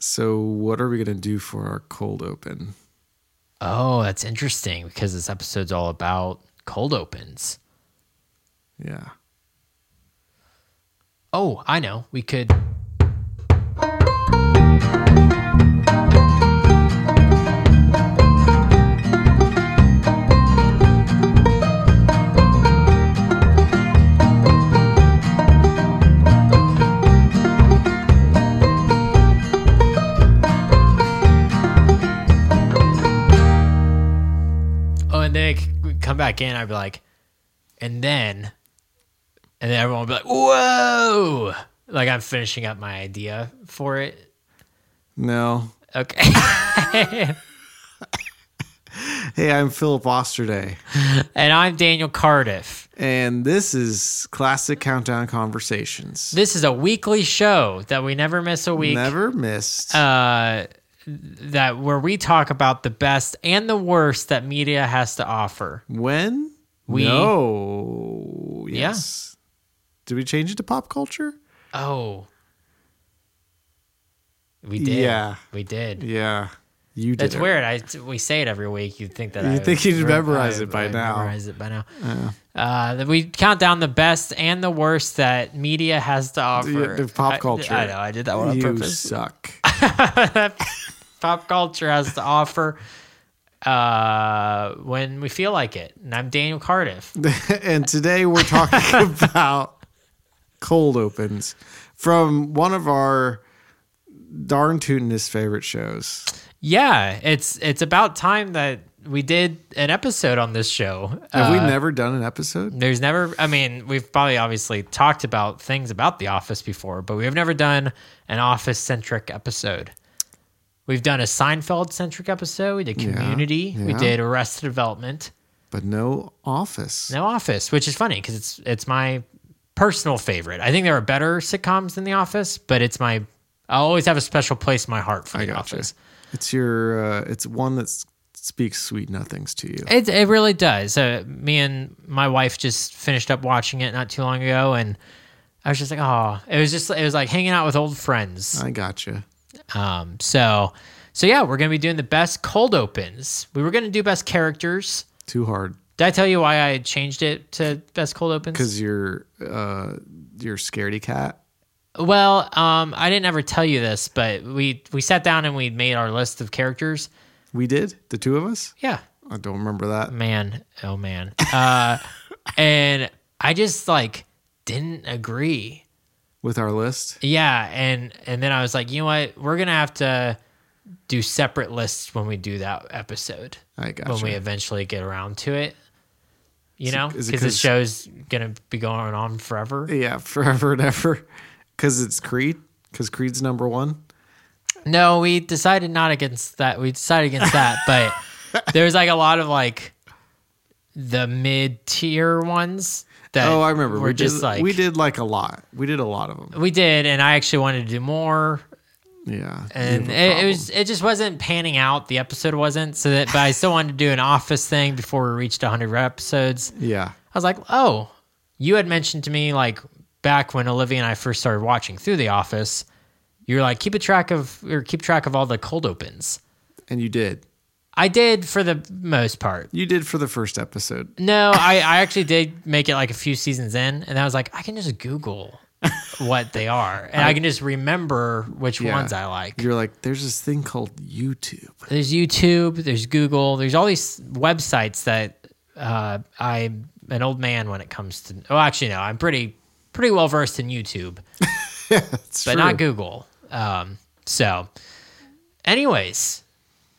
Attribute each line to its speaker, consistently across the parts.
Speaker 1: So, what are we going to do for our cold open?
Speaker 2: Oh, that's interesting because this episode's all about cold opens.
Speaker 1: Yeah.
Speaker 2: Oh, I know. We could. Oh, and then I come back in. I'd be like, and then, and then everyone would be like, whoa! Like I'm finishing up my idea for it.
Speaker 1: No.
Speaker 2: Okay.
Speaker 1: Hey, I'm Philip Osterday,
Speaker 2: and I'm Daniel Cardiff.
Speaker 1: and this is Classic Countdown Conversations.
Speaker 2: This is a weekly show that we never miss a week.
Speaker 1: Never missed.
Speaker 2: Uh, that where we talk about the best and the worst that media has to offer.
Speaker 1: when?
Speaker 2: we-
Speaker 1: No. Yes. Did we change it to pop culture?
Speaker 2: Oh. We did.
Speaker 1: Yeah.
Speaker 2: We did.
Speaker 1: Yeah. You did.
Speaker 2: That's
Speaker 1: it.
Speaker 2: weird. I we say it every week. You'd think that
Speaker 1: You'd
Speaker 2: I
Speaker 1: think you'd
Speaker 2: would-
Speaker 1: memorize
Speaker 2: I-
Speaker 1: it by
Speaker 2: I'd
Speaker 1: now.
Speaker 2: Memorize it by now. Uh, that we count down the best and the worst that media has to offer.
Speaker 1: Yeah, the pop
Speaker 2: I-
Speaker 1: culture.
Speaker 2: I, know. I did that one on
Speaker 1: you
Speaker 2: purpose.
Speaker 1: suck.
Speaker 2: Pop culture has to offer uh, when we feel like it. And I'm Daniel Cardiff.
Speaker 1: and today we're talking about cold opens from one of our darn tootinous favorite shows.
Speaker 2: Yeah, it's it's about time that we did an episode on this show.
Speaker 1: Have
Speaker 2: Uh,
Speaker 1: we never done an episode?
Speaker 2: There's never, I mean, we've probably obviously talked about things about The Office before, but we have never done an Office centric episode. We've done a Seinfeld centric episode. We did Community. We
Speaker 1: yeah.
Speaker 2: did Arrested Development.
Speaker 1: But no office.
Speaker 2: No Office, which is funny because it's it's my personal favorite. I think there are better sitcoms than The Office, but it's my. I always have a special place in my heart for
Speaker 1: I
Speaker 2: The
Speaker 1: gotcha.
Speaker 2: Office.
Speaker 1: It's your uh, it's one that s- speaks sweet nothings to you.
Speaker 2: It it really does. Uh, me and my wife just finished up watching it not too long ago, and I was just like, oh, it was just it was like hanging out with old friends.
Speaker 1: I gotcha.
Speaker 2: Um, so so yeah, we're gonna be doing the best cold opens. We were gonna do best characters.
Speaker 1: Too hard
Speaker 2: Did I tell you why I changed it to best cold opens?
Speaker 1: because you're uh, you're scaredy cat.
Speaker 2: Well, um, I didn't ever tell you this, but we we sat down and we made our list of characters.
Speaker 1: We did the two of us.
Speaker 2: Yeah,
Speaker 1: I don't remember that.
Speaker 2: man, oh man, uh, and I just like didn't agree
Speaker 1: With our list,
Speaker 2: Yeah, and and then I was like, you know what? We're gonna have to do separate lists when we do that episode
Speaker 1: I
Speaker 2: when
Speaker 1: gotcha.
Speaker 2: we eventually get around to it. You
Speaker 1: Is it-
Speaker 2: know,
Speaker 1: is
Speaker 2: because
Speaker 1: it
Speaker 2: the
Speaker 1: 'cause-
Speaker 2: show's gonna be going on forever.
Speaker 1: yeah, forever and ever. Because it's Creed. Because Creed's number one.
Speaker 2: No, we decided not against that. We decided against that, but there's like a lot of like the mid tier ones that
Speaker 1: Oh, I remember.
Speaker 2: We're
Speaker 1: we
Speaker 2: just
Speaker 1: did,
Speaker 2: like
Speaker 1: we did like a lot. We did a lot of them.
Speaker 2: we did, and I actually wanted to do more.
Speaker 1: Yeah,
Speaker 2: and
Speaker 1: You have a
Speaker 2: it, it
Speaker 1: problem.
Speaker 2: was it just wasn't panning out. The episode wasn't so that, but I still wanted to do an office thing before we reached 100 episodes.
Speaker 1: yeah,
Speaker 2: I was like, oh, you had mentioned to me like back when Olivia and I first started watching through The Office, you were like keep a track of or keep track of all the cold opens.
Speaker 1: and you did.
Speaker 2: I did for the most part.
Speaker 1: You did for the first episode.
Speaker 2: No, I, I actually did make it like a few seasons in, and I was like, I can just Google what they are, and I, can just remember which
Speaker 1: Yeah.
Speaker 2: ones I like.
Speaker 1: You're like, there's this thing called YouTube.
Speaker 2: there's YouTube, there's Google, there's all these websites that uh, I'm an old man when it comes to. Oh, actually, no, I'm pretty pretty well versed in YouTube,
Speaker 1: It's
Speaker 2: but
Speaker 1: true.
Speaker 2: not Google. Um, so, anyways,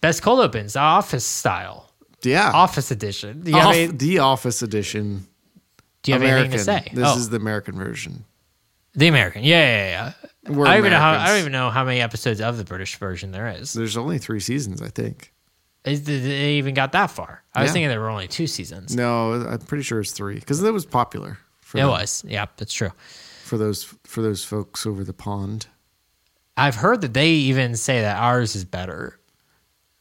Speaker 2: best cold opens, office style,
Speaker 1: Yeah,
Speaker 2: office edition. Do you have,
Speaker 1: Off-
Speaker 2: any,
Speaker 1: the Office edition.
Speaker 2: do you have
Speaker 1: American.
Speaker 2: anything to say?
Speaker 1: This
Speaker 2: oh,
Speaker 1: is the American version.
Speaker 2: the American. Yeah, yeah, yeah.
Speaker 1: We're
Speaker 2: I don't even know how I
Speaker 1: Americans.
Speaker 2: don't even know how many episodes of the British version there is.
Speaker 1: There's only three seasons, I think.
Speaker 2: Is they even got that far? I was
Speaker 1: Yeah.
Speaker 2: thinking there were only two seasons.
Speaker 1: No, I'm pretty sure it's three because that was popular for
Speaker 2: It
Speaker 1: the-
Speaker 2: was. Yeah, that's true.
Speaker 1: for those for those folks over the pond.
Speaker 2: I've heard that they even say that ours is better.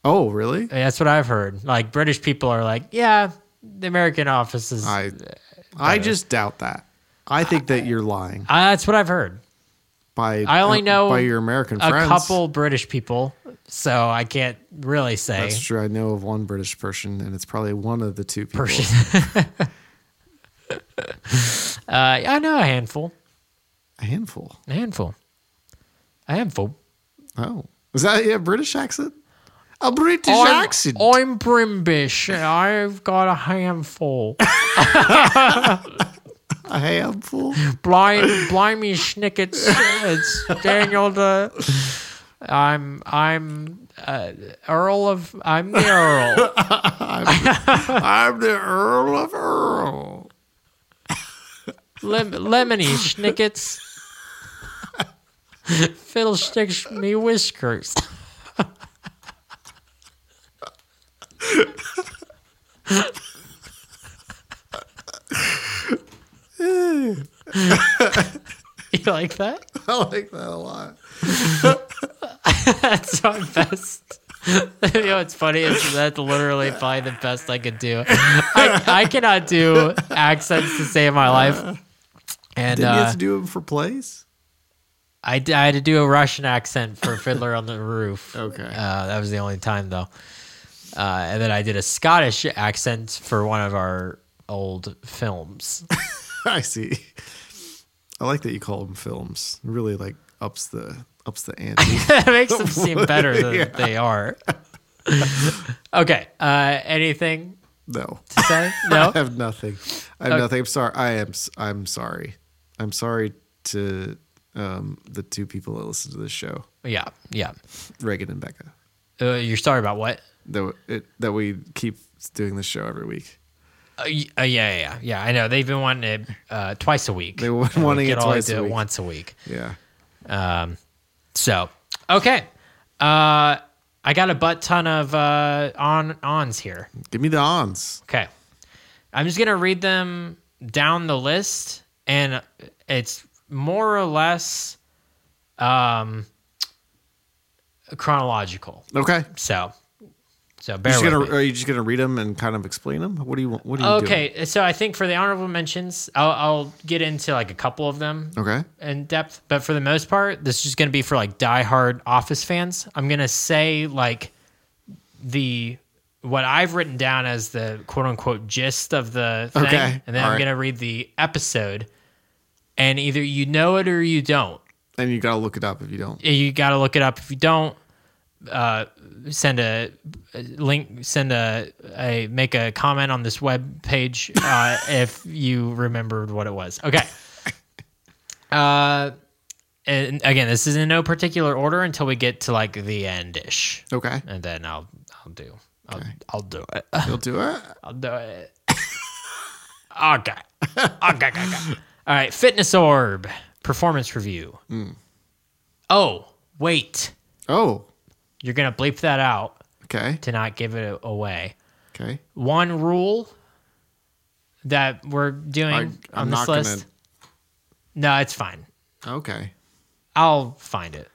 Speaker 1: Oh, really?
Speaker 2: That's what I've heard. Like British people are like, yeah, the American office is.
Speaker 1: I I just doubt that. I think that you're lying.
Speaker 2: Uh, that's what I've heard.
Speaker 1: by
Speaker 2: I only know
Speaker 1: by your American
Speaker 2: a
Speaker 1: friends.
Speaker 2: couple British people, so I can't really say
Speaker 1: That's true. I know of one British person, and it's probably one of the two people.
Speaker 2: person. uh, yeah, I know a handful,
Speaker 1: A handful.
Speaker 2: a handful, a handful.
Speaker 1: Oh, is that a British accent? A British
Speaker 2: I'm,
Speaker 1: accent.
Speaker 2: I'm British. I've got a handful.
Speaker 1: a handful.
Speaker 2: Blind, blimey schnickets. It's Daniel the. I'm I'm uh, Earl of I'm the Earl.
Speaker 1: I'm the Earl of Earl.
Speaker 2: Lem- lemony schnickets. Fiddlesticks me whiskers. you like that?
Speaker 1: I like that a lot.
Speaker 2: That's my best. you know what's funny is that's literally probably the best I could do. I, I cannot do accents to save my life. And
Speaker 1: Didn't
Speaker 2: uh,
Speaker 1: you have to do him for plays?
Speaker 2: I, d- I had to do a Russian accent for Fiddler on the Roof.
Speaker 1: Okay.
Speaker 2: Uh, that was the only time, though. Uh, and then I did a Scottish accent for one of our old films.
Speaker 1: I see. I like that you call them films. It really like ups the ups the ante.
Speaker 2: that makes them seem better than they are. okay. Uh, anything
Speaker 1: no,
Speaker 2: to say? No?
Speaker 1: I have nothing. I have nothing. I'm sorry. I am. s- I'm sorry. I'm sorry to um, the two people that listen to this show,
Speaker 2: yeah. Yeah.
Speaker 1: Reagan and Becca.
Speaker 2: Uh, you're sorry about what?
Speaker 1: That w- it, that we keep doing this show every week.
Speaker 2: Uh, y- uh, yeah, yeah, yeah, yeah. I know they've been wanting it uh, twice a week.
Speaker 1: They were
Speaker 2: And we
Speaker 1: wanting
Speaker 2: could
Speaker 1: it
Speaker 2: only
Speaker 1: twice
Speaker 2: do
Speaker 1: a
Speaker 2: it
Speaker 1: week.
Speaker 2: once a week.
Speaker 1: Yeah.
Speaker 2: So okay, uh, I got a butt ton of uh, on ons here.
Speaker 1: Give me the ons.
Speaker 2: Okay, I'm just gonna read them down the list, and it's more or less um, chronological.
Speaker 1: Okay.
Speaker 2: So, so bear
Speaker 1: You're just
Speaker 2: with
Speaker 1: gonna,
Speaker 2: me.
Speaker 1: are you just gonna read them and kind of explain them? What do you want? What do you
Speaker 2: Okay, so I think for the honorable mentions, I'll, I'll get into like a couple of them
Speaker 1: do? Okay.
Speaker 2: in depth, but for the most part, this is going to be for like diehard Office fans. I'm going to say like the what I've written down as the quote unquote gist of the thing,
Speaker 1: Okay,
Speaker 2: and then
Speaker 1: all
Speaker 2: I'm
Speaker 1: right.
Speaker 2: going to read the episode, and either you know it or you don't.
Speaker 1: And you gotta look it up if you don't.
Speaker 2: You got to look it up. If you don't, uh, send a a link. Send a, a make a comment on this web page uh, if you remembered what it was. Okay. Uh, and again, this is in no particular order until we get to like the end ish,
Speaker 1: Okay.
Speaker 2: and then I'll I'll do I'll, I'll do it.
Speaker 1: You'll do it.
Speaker 2: I'll do it. okay. Okay, okay, okay. All right. Fitness orb performance review. Oh, wait.
Speaker 1: Oh.
Speaker 2: You're going to bleep that out
Speaker 1: Okay.
Speaker 2: to not give it away.
Speaker 1: Okay.
Speaker 2: One rule that we're doing
Speaker 1: I,
Speaker 2: on
Speaker 1: I'm
Speaker 2: this
Speaker 1: not
Speaker 2: list. No, it's fine.
Speaker 1: gonna. Okay.
Speaker 2: I'll find it.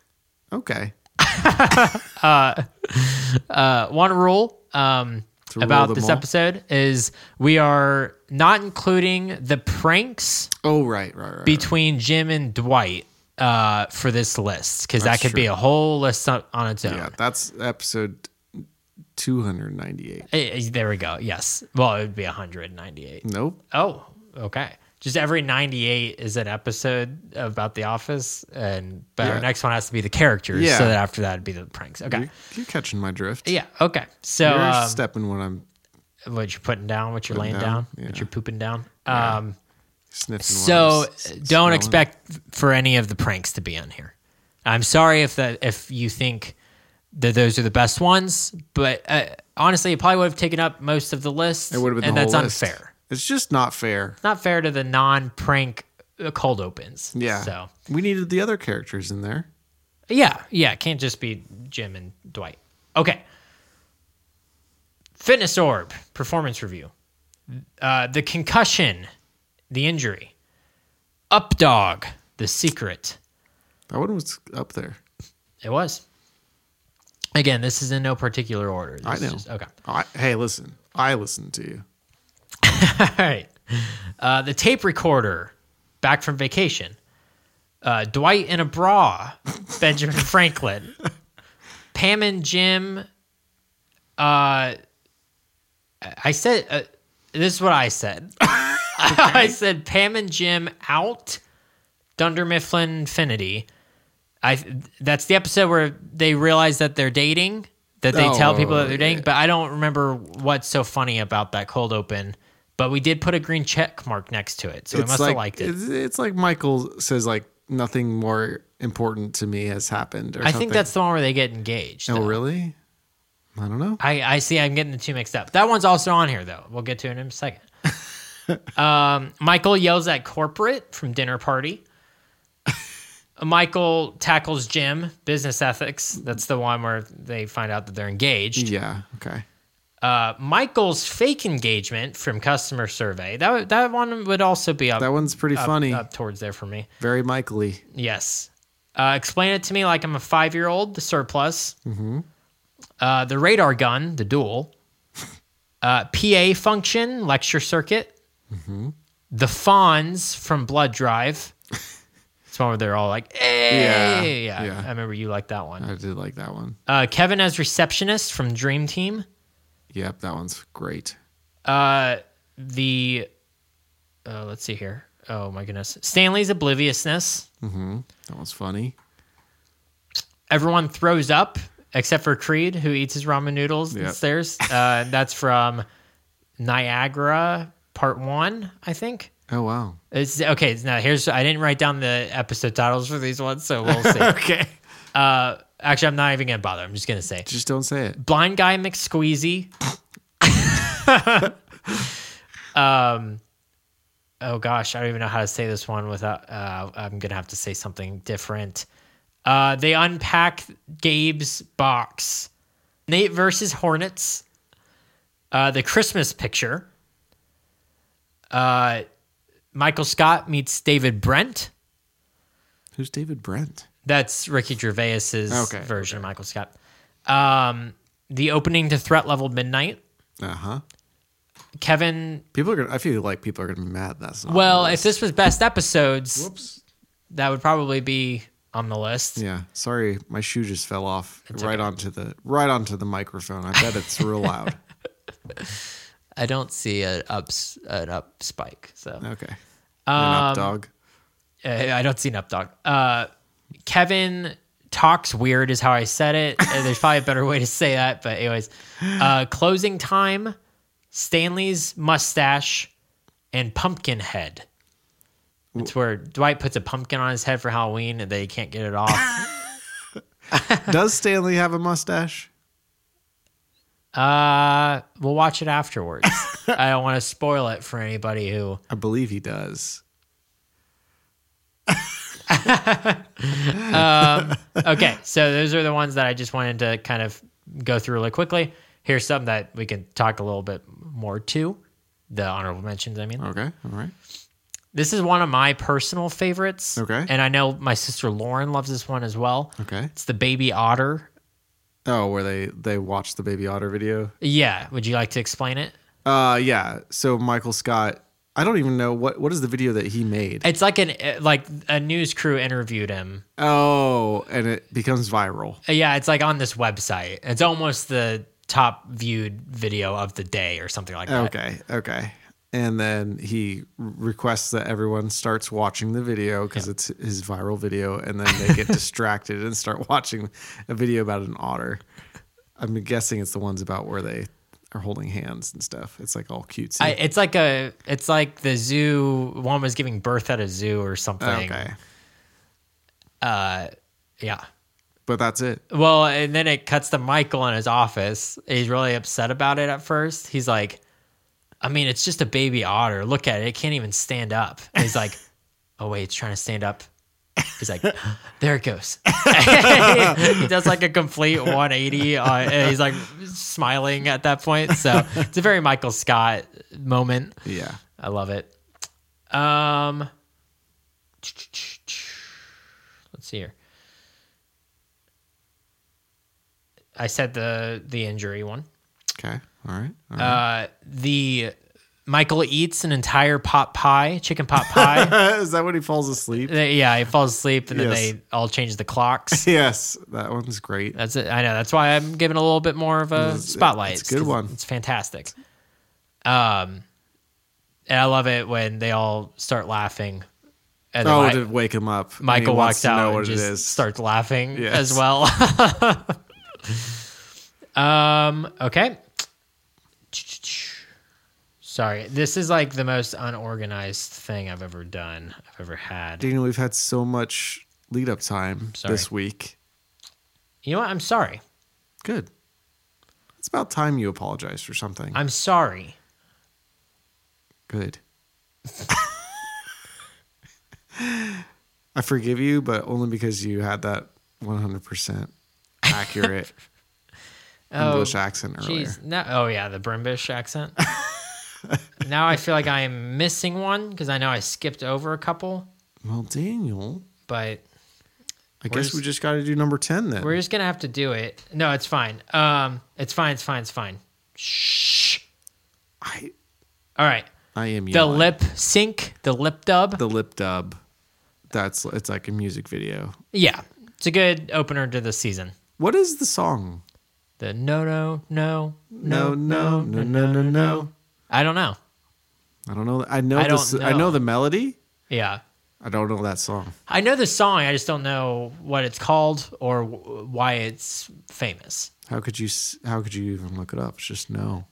Speaker 1: Okay.
Speaker 2: Uh, one rule um,
Speaker 1: To rule
Speaker 2: about
Speaker 1: them
Speaker 2: this
Speaker 1: all?
Speaker 2: episode is we are not including the pranks
Speaker 1: Oh right, right, right. right.
Speaker 2: between Jim and Dwight uh, for this list because that
Speaker 1: That's
Speaker 2: could be
Speaker 1: true.
Speaker 2: a whole list on, on its own.
Speaker 1: Yeah, that's episode 298.
Speaker 2: Eh, eh, there we go. Yes. Well, it would be 198.
Speaker 1: Nope.
Speaker 2: Oh, okay. Just every 98 is an episode about The Office, and but our
Speaker 1: Yeah.
Speaker 2: next one has to be the characters.
Speaker 1: Yeah. Mm-hmm.
Speaker 2: So that after that would be the pranks. Okay.
Speaker 1: You're, you're catching my drift.
Speaker 2: yeah. Okay. So
Speaker 1: You're
Speaker 2: um,
Speaker 1: stepping when I'm
Speaker 2: what you're putting down, what you're laying down,
Speaker 1: down,
Speaker 2: what
Speaker 1: yeah.
Speaker 2: you're pooping down. Um,
Speaker 1: sniffing.
Speaker 2: So uh,
Speaker 1: when I'm s-
Speaker 2: don't
Speaker 1: smelling.
Speaker 2: expect for any of the pranks to be on here. I'm sorry if that if you think that those are the best ones, but uh, honestly, it probably would have taken up most of the list.
Speaker 1: It would have been
Speaker 2: and
Speaker 1: the
Speaker 2: that's
Speaker 1: whole list.
Speaker 2: unfair.
Speaker 1: It's just not fair.
Speaker 2: Not fair to the non-prank uh, cold opens.
Speaker 1: Yeah.
Speaker 2: So
Speaker 1: We needed the other characters in there.
Speaker 2: yeah, yeah, it can't just be Jim and Dwight. Okay. Fitness orb performance review. Uh, the concussion, the injury. Updog, the secret.
Speaker 1: That one was up there.
Speaker 2: It was. Again, this is in no particular order. This
Speaker 1: I
Speaker 2: is
Speaker 1: know.
Speaker 2: just- okay.
Speaker 1: I, hey, listen. I listened to you.
Speaker 2: All right. Uh, the tape recorder, back from vacation. uh, Dwight in a Bra, Benjamin Franklin, Pam and Jim. Uh, I said, uh, this is what I said. I said Pam and Jim out, Dunder Mifflin Infinity. I that's the episode where they realize that they're dating, that they
Speaker 1: Oh,
Speaker 2: tell people that they're
Speaker 1: yeah.
Speaker 2: dating. But I don't remember what's so funny about that cold open. But we did put a green check mark next to it, so we must
Speaker 1: like
Speaker 2: have liked it.
Speaker 1: It's, it's like Michael says like nothing more important to me has happened. Or
Speaker 2: I
Speaker 1: something.
Speaker 2: think that's the one where they get engaged.
Speaker 1: Oh
Speaker 2: though.
Speaker 1: really? I don't know.
Speaker 2: I, I see. I'm getting the two mixed up. That one's also on here, though. We'll get to it in a second. um, Michael yells at corporate from dinner party. Michael tackles Jim, business ethics. That's the one where they find out that they're engaged.
Speaker 1: Yeah. Okay.
Speaker 2: Uh, Michael's fake engagement from customer survey. That would- that one would also be up,
Speaker 1: That one's pretty
Speaker 2: up-
Speaker 1: funny.
Speaker 2: up towards there for me.
Speaker 1: Very Michaely.
Speaker 2: Yes. Uh, explain it to me like I'm a five year old, the surplus.
Speaker 1: Mm-hmm.
Speaker 2: Uh, the radar gun, the duel. Uh, PA function, lecture circuit.
Speaker 1: Mm-hmm.
Speaker 2: The Fawns from Blood Drive. It's one where they're all like, hey.
Speaker 1: Yeah,
Speaker 2: Yeah,
Speaker 1: yeah.
Speaker 2: I remember you liked that one.
Speaker 1: I did like that one.
Speaker 2: Uh, Kevin as receptionist from Dream Team.
Speaker 1: Yep, that one's great.
Speaker 2: Uh, the, uh, let's see here. Oh my goodness. Stanley's obliviousness.
Speaker 1: That one's funny.
Speaker 2: everyone throws up except for Creed, who eats his ramen noodles
Speaker 1: Yep.
Speaker 2: downstairs. Uh, that's from Niagara Part One, I think.
Speaker 1: Oh wow.
Speaker 2: It's okay. Now here's I didn't write down the episode titles for these ones, so we'll see.
Speaker 1: Okay.
Speaker 2: uh, actually, I'm not even gonna bother. I'm just gonna say
Speaker 1: Just don't say it.
Speaker 2: blind guy McSqueezy. um, Um, oh gosh, I don't even know how to say this one without. Uh, I'm gonna have to say something different. Uh, they unpack Gabe's box. Nate versus Hornets. Uh, the Christmas picture. Uh, Michael Scott meets David Brent.
Speaker 1: Who's David Brent?
Speaker 2: That's Ricky Gervais's
Speaker 1: Okay,
Speaker 2: version of Michael Scott. Um, the opening to Threat Level Midnight.
Speaker 1: Uh huh.
Speaker 2: Kevin.
Speaker 1: People are gonna. I feel like people are gonna be mad. That's not.
Speaker 2: Well, if this was best episodes,
Speaker 1: Whoops.
Speaker 2: that would probably be on the list.
Speaker 1: Yeah. Sorry, my shoe just fell off right onto the right onto the microphone. I bet it's real loud.
Speaker 2: I don't see an up an up spike. So
Speaker 1: Okay. Um, up dog.
Speaker 2: uh, I don't see an up dog. Uh, Kevin talks weird is how I said it. Uh, There's probably a better way to say that, but anyways, uh, closing time. Stanley's mustache and pumpkin head. It's where Dwight puts a pumpkin on his head for Halloween and they can't get it off.
Speaker 1: Does Stanley have a mustache?
Speaker 2: uh, we'll watch it afterwards. I don't want to spoil it for anybody who
Speaker 1: I believe he does.
Speaker 2: okay, so those are the ones that I just wanted to kind of go through really quickly. Here's some that we can talk a little bit more to. The honorable mentions, I mean.
Speaker 1: Okay. All right.
Speaker 2: This is one of my personal favorites.
Speaker 1: Okay.
Speaker 2: And I know my sister Lauren loves this one as well.
Speaker 1: Okay.
Speaker 2: It's the baby otter.
Speaker 1: Oh, where they they watched the baby otter video.
Speaker 2: Yeah. Would you like to explain it?
Speaker 1: Uh, yeah. So Michael Scott. I don't even know what what is the video that he made.
Speaker 2: It's like an uh, like a news crew interviewed him.
Speaker 1: Oh, and it becomes viral.
Speaker 2: Uh, Yeah, it's like on this website. It's almost the top viewed video of the day or something like that.
Speaker 1: Okay, okay. And then he requests that everyone starts watching the video because it's his viral video, and then they get distracted and start watching a video about an otter. I'm guessing it's the ones about where they are holding hands and stuff. It's like all cutesy.
Speaker 2: I, it's like a it's like the zoo one was giving birth at a zoo or something.
Speaker 1: Oh, okay,
Speaker 2: Yeah.
Speaker 1: but that's it.
Speaker 2: Well, and then it cuts to Michael in his office. He's really upset about it at first. He's like, I mean, it's just a baby otter. Look at it. It can't even stand up. And he's like, Oh, wait, it's trying to stand up. He's like, There it goes. he does like a complete 180. On, and he's like smiling at that point. So it's a very Michael Scott moment.
Speaker 1: Yeah.
Speaker 2: I love it. Um, let's see here. I said the the injury one.
Speaker 1: Okay. All right. All right.
Speaker 2: Uh, the Michael eats an entire pot pie, chicken pot pie.
Speaker 1: Is that when he falls asleep?
Speaker 2: They- yeah, he falls asleep, and then
Speaker 1: Yes.
Speaker 2: they all change the clocks.
Speaker 1: Yes, that one's great.
Speaker 2: That's it. I know. That's why I'm giving a little bit more of a spotlight.
Speaker 1: it's a good
Speaker 2: 'cause
Speaker 1: one.
Speaker 2: It's fantastic. Um, and I love it when they all start laughing. And then
Speaker 1: Oh,
Speaker 2: Mi-
Speaker 1: to wake him up. and he
Speaker 2: Michael
Speaker 1: wants
Speaker 2: walks
Speaker 1: to
Speaker 2: out
Speaker 1: Know
Speaker 2: and
Speaker 1: what it
Speaker 2: just
Speaker 1: is?
Speaker 2: starts laughing
Speaker 1: Yes.
Speaker 2: as well. um. Okay. Sorry, this is like the most unorganized thing I've ever done. I've ever had.
Speaker 1: Daniel, we've had so much lead up time
Speaker 2: Sorry.
Speaker 1: this week.
Speaker 2: You know what? I'm sorry.
Speaker 1: Good. It's about time you apologize for something.
Speaker 2: I'm sorry.
Speaker 1: Good. I forgive you, but only because you had that 100% accurate
Speaker 2: Oh,
Speaker 1: English accent earlier.
Speaker 2: Jeez, no, oh yeah, the British accent. now I feel like I am missing one because I know I skipped over a couple,
Speaker 1: Well, Daniel,
Speaker 2: but
Speaker 1: I
Speaker 2: Where's-
Speaker 1: guess we just got to do number 10 then.
Speaker 2: we're just gonna have to do it. No, it's fine. Um, it's fine. It's fine. It's fine. Shh.
Speaker 1: I,
Speaker 2: All right.
Speaker 1: I am
Speaker 2: The
Speaker 1: yelling.
Speaker 2: lip sync, the lip dub.
Speaker 1: the lip dub. That's it's like a music video.
Speaker 2: yeah, it's a good opener to the season.
Speaker 1: What is the song?
Speaker 2: The no, no, no,
Speaker 1: No, no, no, no, no, no.
Speaker 2: I don't know.
Speaker 1: I don't know. I know
Speaker 2: I
Speaker 1: this.
Speaker 2: don't
Speaker 1: I
Speaker 2: know.
Speaker 1: know the melody.
Speaker 2: Yeah,
Speaker 1: I don't know that song.
Speaker 2: I know the song. I just don't know what it's called or w- why it's famous.
Speaker 1: How could you? s- How could you even look it up? It's just no.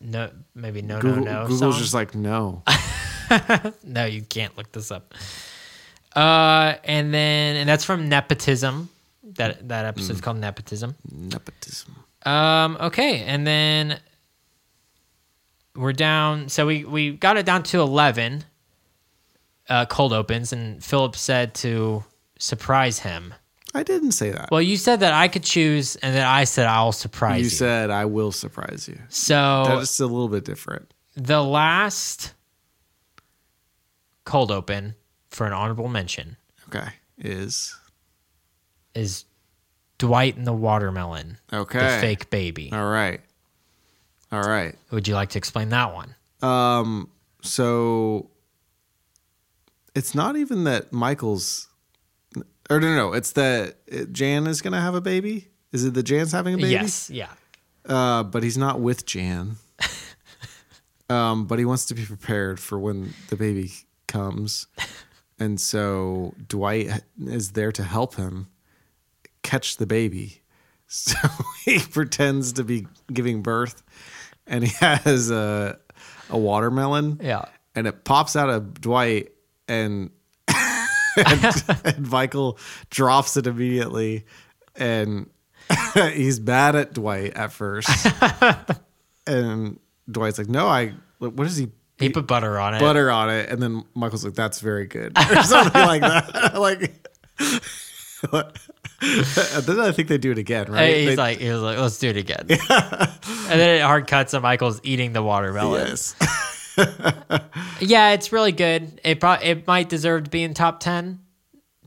Speaker 2: No, maybe no,
Speaker 1: Google,
Speaker 2: no, no.
Speaker 1: Google's
Speaker 2: song?
Speaker 1: just like no.
Speaker 2: No, you can't look this up. Uh, and then and that's from nepotism. That that
Speaker 1: Mm.
Speaker 2: episode's called nepotism.
Speaker 1: Nepotism.
Speaker 2: Um, okay, and then we're down. So we we got it down to eleven. Uh, cold opens, and Philip said to surprise him.
Speaker 1: I didn't say that.
Speaker 2: Well, you said that I could choose, and then I said I'll surprise you. Oh, uh
Speaker 1: you said I will surprise you.
Speaker 2: so
Speaker 1: That is a little bit different.
Speaker 2: the last cold open for an honorable mention
Speaker 1: Okay. Is
Speaker 2: is Dwight and the watermelon,
Speaker 1: okay. Uh,
Speaker 2: the fake baby.
Speaker 1: All right. All right.
Speaker 2: Would you like to explain that one?
Speaker 1: Um. So it's not even that Michael's. Or no, no, no. It's that it, Jan is gonna have a baby. Is it that Jan's having a baby?
Speaker 2: Yes. Yeah.
Speaker 1: Uh, but he's not with Jan. um, but he wants to be prepared for when the baby comes. And so Dwight is there to help him catch the baby. So he pretends to be giving birth and he has a, a watermelon.
Speaker 2: Yeah.
Speaker 1: And it pops out of Dwight and and, and Michael drops it immediately and he's mad at Dwight at first. and Dwight's like, "No, I what is he
Speaker 2: He put butter on it.
Speaker 1: butter on it?" And then Michael's like, "That's very good." Or something like that. like And then I think they do it again,
Speaker 2: And
Speaker 1: right?
Speaker 2: he's
Speaker 1: They-
Speaker 2: like, he was like, let's do it again. and then it hard cuts, and Michael's eating the watermelon.
Speaker 1: yes.
Speaker 2: Yeah, it's really good. It pro- it might deserve to be in top ten.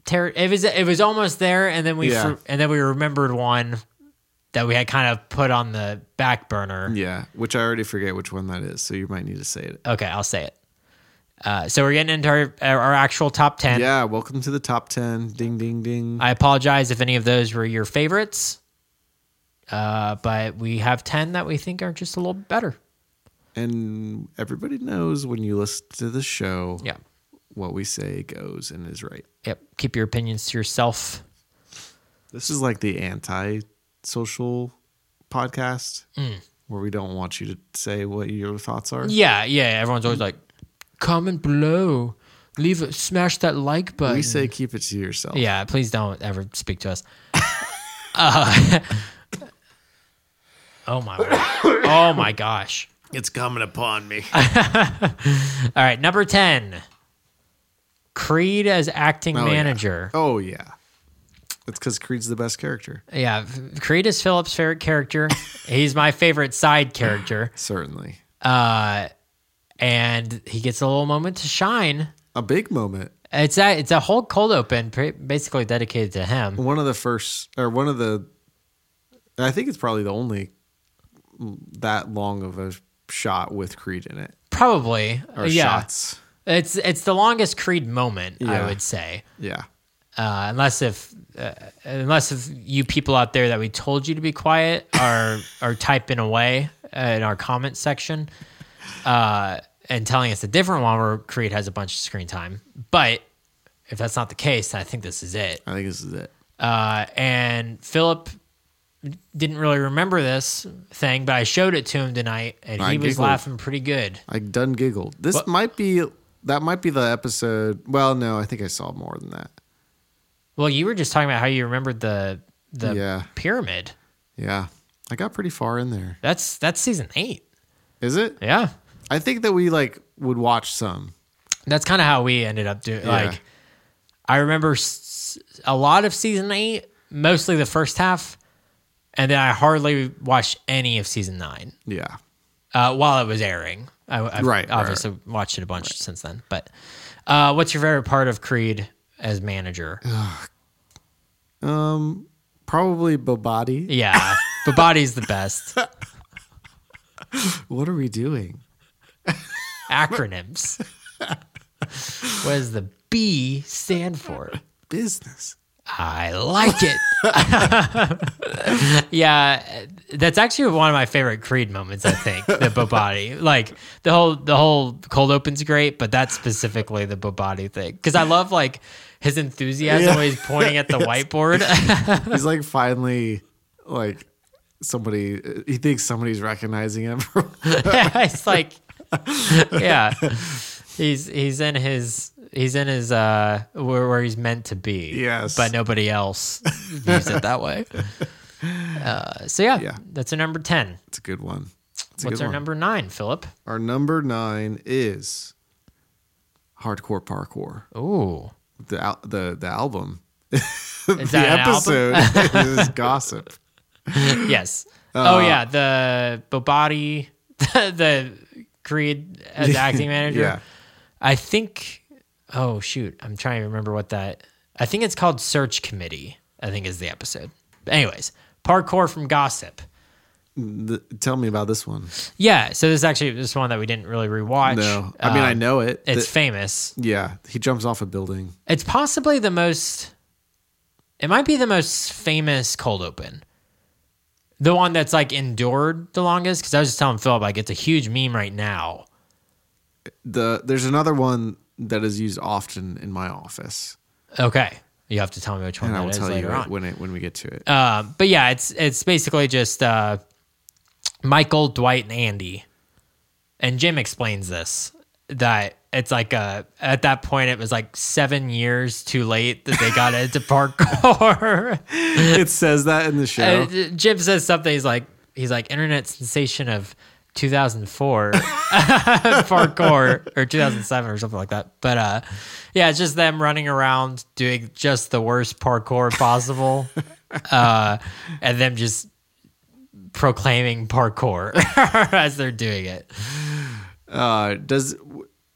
Speaker 2: Ter- it was it was almost there, and then we
Speaker 1: Yeah.
Speaker 2: fr- and then we remembered one that we had kind of put on the back burner.
Speaker 1: Yeah, which I already forget which one that is, so you might need to say it.
Speaker 2: Okay, I'll say it. Uh, so we're getting into our, our actual top ten.
Speaker 1: Yeah, welcome to the top 10. Ding ding ding.
Speaker 2: I apologize if any of those were your favorites, uh, but we have 10 that we think are just a little better.
Speaker 1: And everybody knows when you listen to the show,
Speaker 2: Yeah.
Speaker 1: what we say goes and is right.
Speaker 2: Yep. Keep your opinions to yourself.
Speaker 1: This is like the anti-social podcast where we don't want you to say what your thoughts are.
Speaker 2: Mm. Yeah. Yeah. Everyone's always like, comment below, leave it, smash that like button.
Speaker 1: We say keep it to yourself.
Speaker 2: yeah. Please don't ever speak to us. uh, oh, my. word. Oh, my gosh.
Speaker 1: It's coming upon me.
Speaker 2: All right. Number 10 Creed as acting
Speaker 1: Oh, yeah.
Speaker 2: manager.
Speaker 1: oh yeah. It's because Creed's the best character.
Speaker 2: Yeah, F- Creed is Philip's favorite character. He's my favorite side character,
Speaker 1: Certainly.
Speaker 2: and he gets a little moment to shine.
Speaker 1: A big moment.
Speaker 2: It's a it's a whole cold open, pre- basically dedicated to him.
Speaker 1: One of the first or one of the I think it's probably the only that long of a shot with Creed in it
Speaker 2: Probably.
Speaker 1: or
Speaker 2: yeah.
Speaker 1: shots.
Speaker 2: It's it's the longest Creed moment, I
Speaker 1: Yeah.
Speaker 2: would say.
Speaker 1: Yeah.
Speaker 2: Uh, unless if uh, unless if you people out there that we told you to be quiet are are typing away uh, in our comment section uh, and telling us a different one where Creed has a bunch of screen time. But if that's not the case, I think this is it.
Speaker 1: I think this is it.
Speaker 2: Uh, and Philip didn't really remember this thing, but I showed it to him tonight, and
Speaker 1: I
Speaker 2: he was
Speaker 1: giggled.
Speaker 2: laughing pretty good.
Speaker 1: I done giggled. This
Speaker 2: What?
Speaker 1: might be that might be the episode. Well, no, I think I saw more than that.
Speaker 2: Well, you were just talking about how you remembered the the
Speaker 1: Yeah.
Speaker 2: pyramid.
Speaker 1: Yeah. I got pretty far in there.
Speaker 2: That's that's season eight.
Speaker 1: Is it?
Speaker 2: Yeah,
Speaker 1: I think that we like would watch some.
Speaker 2: that's kind of how we ended up doing.
Speaker 1: Yeah.
Speaker 2: Like, I remember s- a lot of season eight, mostly the first half, and then I hardly watched any of season nine
Speaker 1: Yeah.
Speaker 2: uh, while it was airing. I, I've
Speaker 1: Right, right,
Speaker 2: obviously watched it a bunch since then. But uh, what's your favorite part of Creed as manager?
Speaker 1: Uh. Probably Bobati.
Speaker 2: yeah, Babadi's the best.
Speaker 1: What are we doing?
Speaker 2: Acronyms. what does the B stand for?
Speaker 1: Business.
Speaker 2: I like it. yeah, that's actually one of my favorite Creed moments. I think the Bobati, like the whole the whole cold open's great, but that's specifically the Bobati thing because I love like his enthusiasm
Speaker 1: Yeah.
Speaker 2: when he's pointing at the whiteboard.
Speaker 1: He's like finally like somebody he thinks somebody's recognizing him.
Speaker 2: it's like, yeah, he's he's in his he's in his uh where, where he's meant to be.
Speaker 1: Yes.
Speaker 2: but nobody else views it that way. Uh, so yeah,
Speaker 1: Yeah.
Speaker 2: that's a number ten.
Speaker 1: it's a good one. It's a
Speaker 2: What's
Speaker 1: good
Speaker 2: our
Speaker 1: one.
Speaker 2: number nine, Philip?
Speaker 1: Our number 9 is Hardcore Parkour.
Speaker 2: Ooh,
Speaker 1: The al- the the album.
Speaker 2: is
Speaker 1: the
Speaker 2: that an album?
Speaker 1: episode is gossip.
Speaker 2: Yes. oh
Speaker 1: Uh,
Speaker 2: yeah, the Bobati, the, the Creed as acting manager.
Speaker 1: Yeah.
Speaker 2: I think. Oh shoot, I'm trying to remember what that. I think it's called Search Committee. I think is the episode. Anyways, parkour from gossip.
Speaker 1: The- tell me about this one.
Speaker 2: Yeah, so this is actually this is one that we didn't really rewatch.
Speaker 1: No, I mean
Speaker 2: Um,
Speaker 1: I know it.
Speaker 2: it's
Speaker 1: The-
Speaker 2: famous.
Speaker 1: yeah, he jumps off a building.
Speaker 2: It's possibly the most. It might be the most famous cold open. The one that's like endured the longest, because I was just telling Philip like it's a huge meme right now.
Speaker 1: The there's another one that is used often in my office,
Speaker 2: Okay, you have to tell me which one
Speaker 1: and I
Speaker 2: that
Speaker 1: will
Speaker 2: is
Speaker 1: tell you
Speaker 2: later on.
Speaker 1: it when it when we get to it.
Speaker 2: Uh, but yeah, it's it's basically just uh, Michael, Dwight, and Andy. And Jim explains this that it's like uh at that point it was like seven years too late that they got into parkour.
Speaker 1: it says that in the show.
Speaker 2: Uh, Jim says something. He's like he's like internet sensation of 2004 parkour or 2007 or something like that. But uh, yeah, it's just them running around doing just the worst parkour possible, uh, and them just proclaiming parkour as they're doing it.
Speaker 1: Uh, does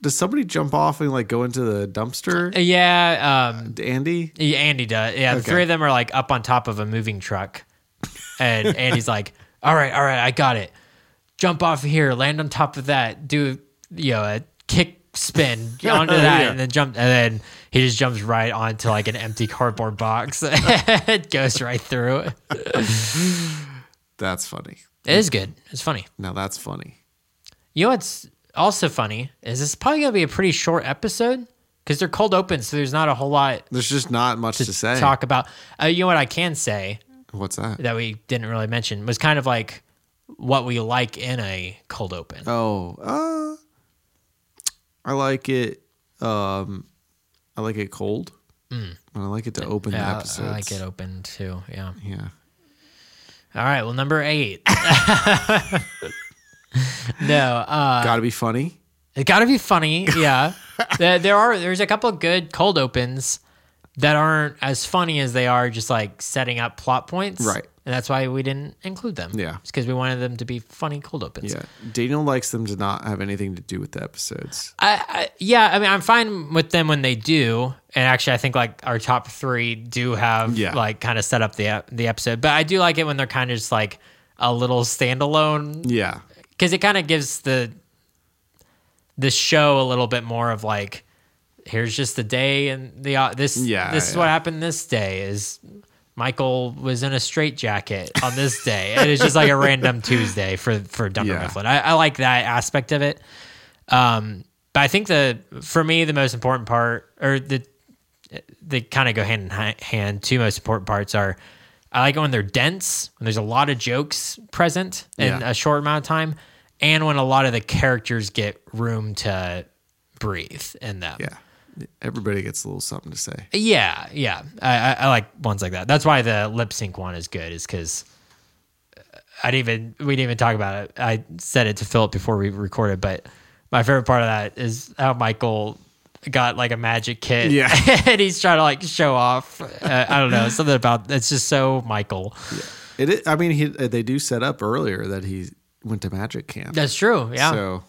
Speaker 1: does somebody jump off and like go into the dumpster?
Speaker 2: Yeah, um,
Speaker 1: Andy,
Speaker 2: Yeah, Andy does. Yeah, the
Speaker 1: Okay.
Speaker 2: three of them are like up on top of a moving truck, and Andy's like, "All right, all right, I got it. Jump off here, land on top of that, do you know a kick spin onto that,
Speaker 1: Yeah.
Speaker 2: and then jump, and then he just jumps right onto like an empty cardboard box. it goes right through. It
Speaker 1: that's funny.
Speaker 2: is good. It's funny.
Speaker 1: Now that's funny.
Speaker 2: You know what's also funny is it's probably gonna be a pretty short episode because they're cold open, so there's not a whole lot
Speaker 1: There's just not much to,
Speaker 2: to
Speaker 1: say.
Speaker 2: talk about. Uh, you know what I can say
Speaker 1: What's that?
Speaker 2: that we didn't really mention was kind of like what we like in a cold open.
Speaker 1: Oh, uh, I like it. Um, I like it cold. And I like it to open
Speaker 2: Mm. yeah,
Speaker 1: the episodes.
Speaker 2: Uh, I like it open too. Yeah.
Speaker 1: Yeah.
Speaker 2: All right. Well, number eight. no, uh,
Speaker 1: Gotta be funny.
Speaker 2: it got to be funny. Yeah, there, there are there's a couple of good cold opens that aren't as funny as they are just like setting up plot points.
Speaker 1: Right.
Speaker 2: And that's why we didn't include them.
Speaker 1: Yeah.
Speaker 2: It's because we wanted them to be funny cold opens.
Speaker 1: Yeah. Daniel likes them to not have anything to do with the episodes.
Speaker 2: I, I yeah, I mean, I'm fine with them when they do, and actually, I think like our top three do have
Speaker 1: Yeah.
Speaker 2: like kind of set up the ep- the episode, but I do like it when they're kind of just like a little standalone
Speaker 1: Yeah.
Speaker 2: because it kind of gives the the show a little bit more of like here's just the day and the uh, this
Speaker 1: Yeah,
Speaker 2: this is
Speaker 1: yeah.
Speaker 2: what happened this day is Michael was in a straitjacket on this day and it's just like a random Tuesday for for Dumber
Speaker 1: Yeah.
Speaker 2: Mifflin. I, I like that aspect of it. Um, but I think the for me the most important part or the they kind of go hand in hi- hand. Two most important parts are I like it when they're dense, when there's a lot of jokes present in
Speaker 1: Yeah.
Speaker 2: a short amount of time, and when a lot of the characters get room to breathe in them.
Speaker 1: Yeah. Everybody gets a little something to say.
Speaker 2: Yeah, yeah. I, I, I like ones like that. That's why the lip sync one is good, is because I didn't even we didn't even talk about it. I said it to Philip before we recorded, but my favorite part of that is how Michael got like a magic kit,
Speaker 1: Yeah.
Speaker 2: and he's trying to like show off. Uh, I don't know something about it's just so Michael.
Speaker 1: It. Is, I mean, he, they do set up earlier that he went to magic camp.
Speaker 2: That's true. Yeah.
Speaker 1: So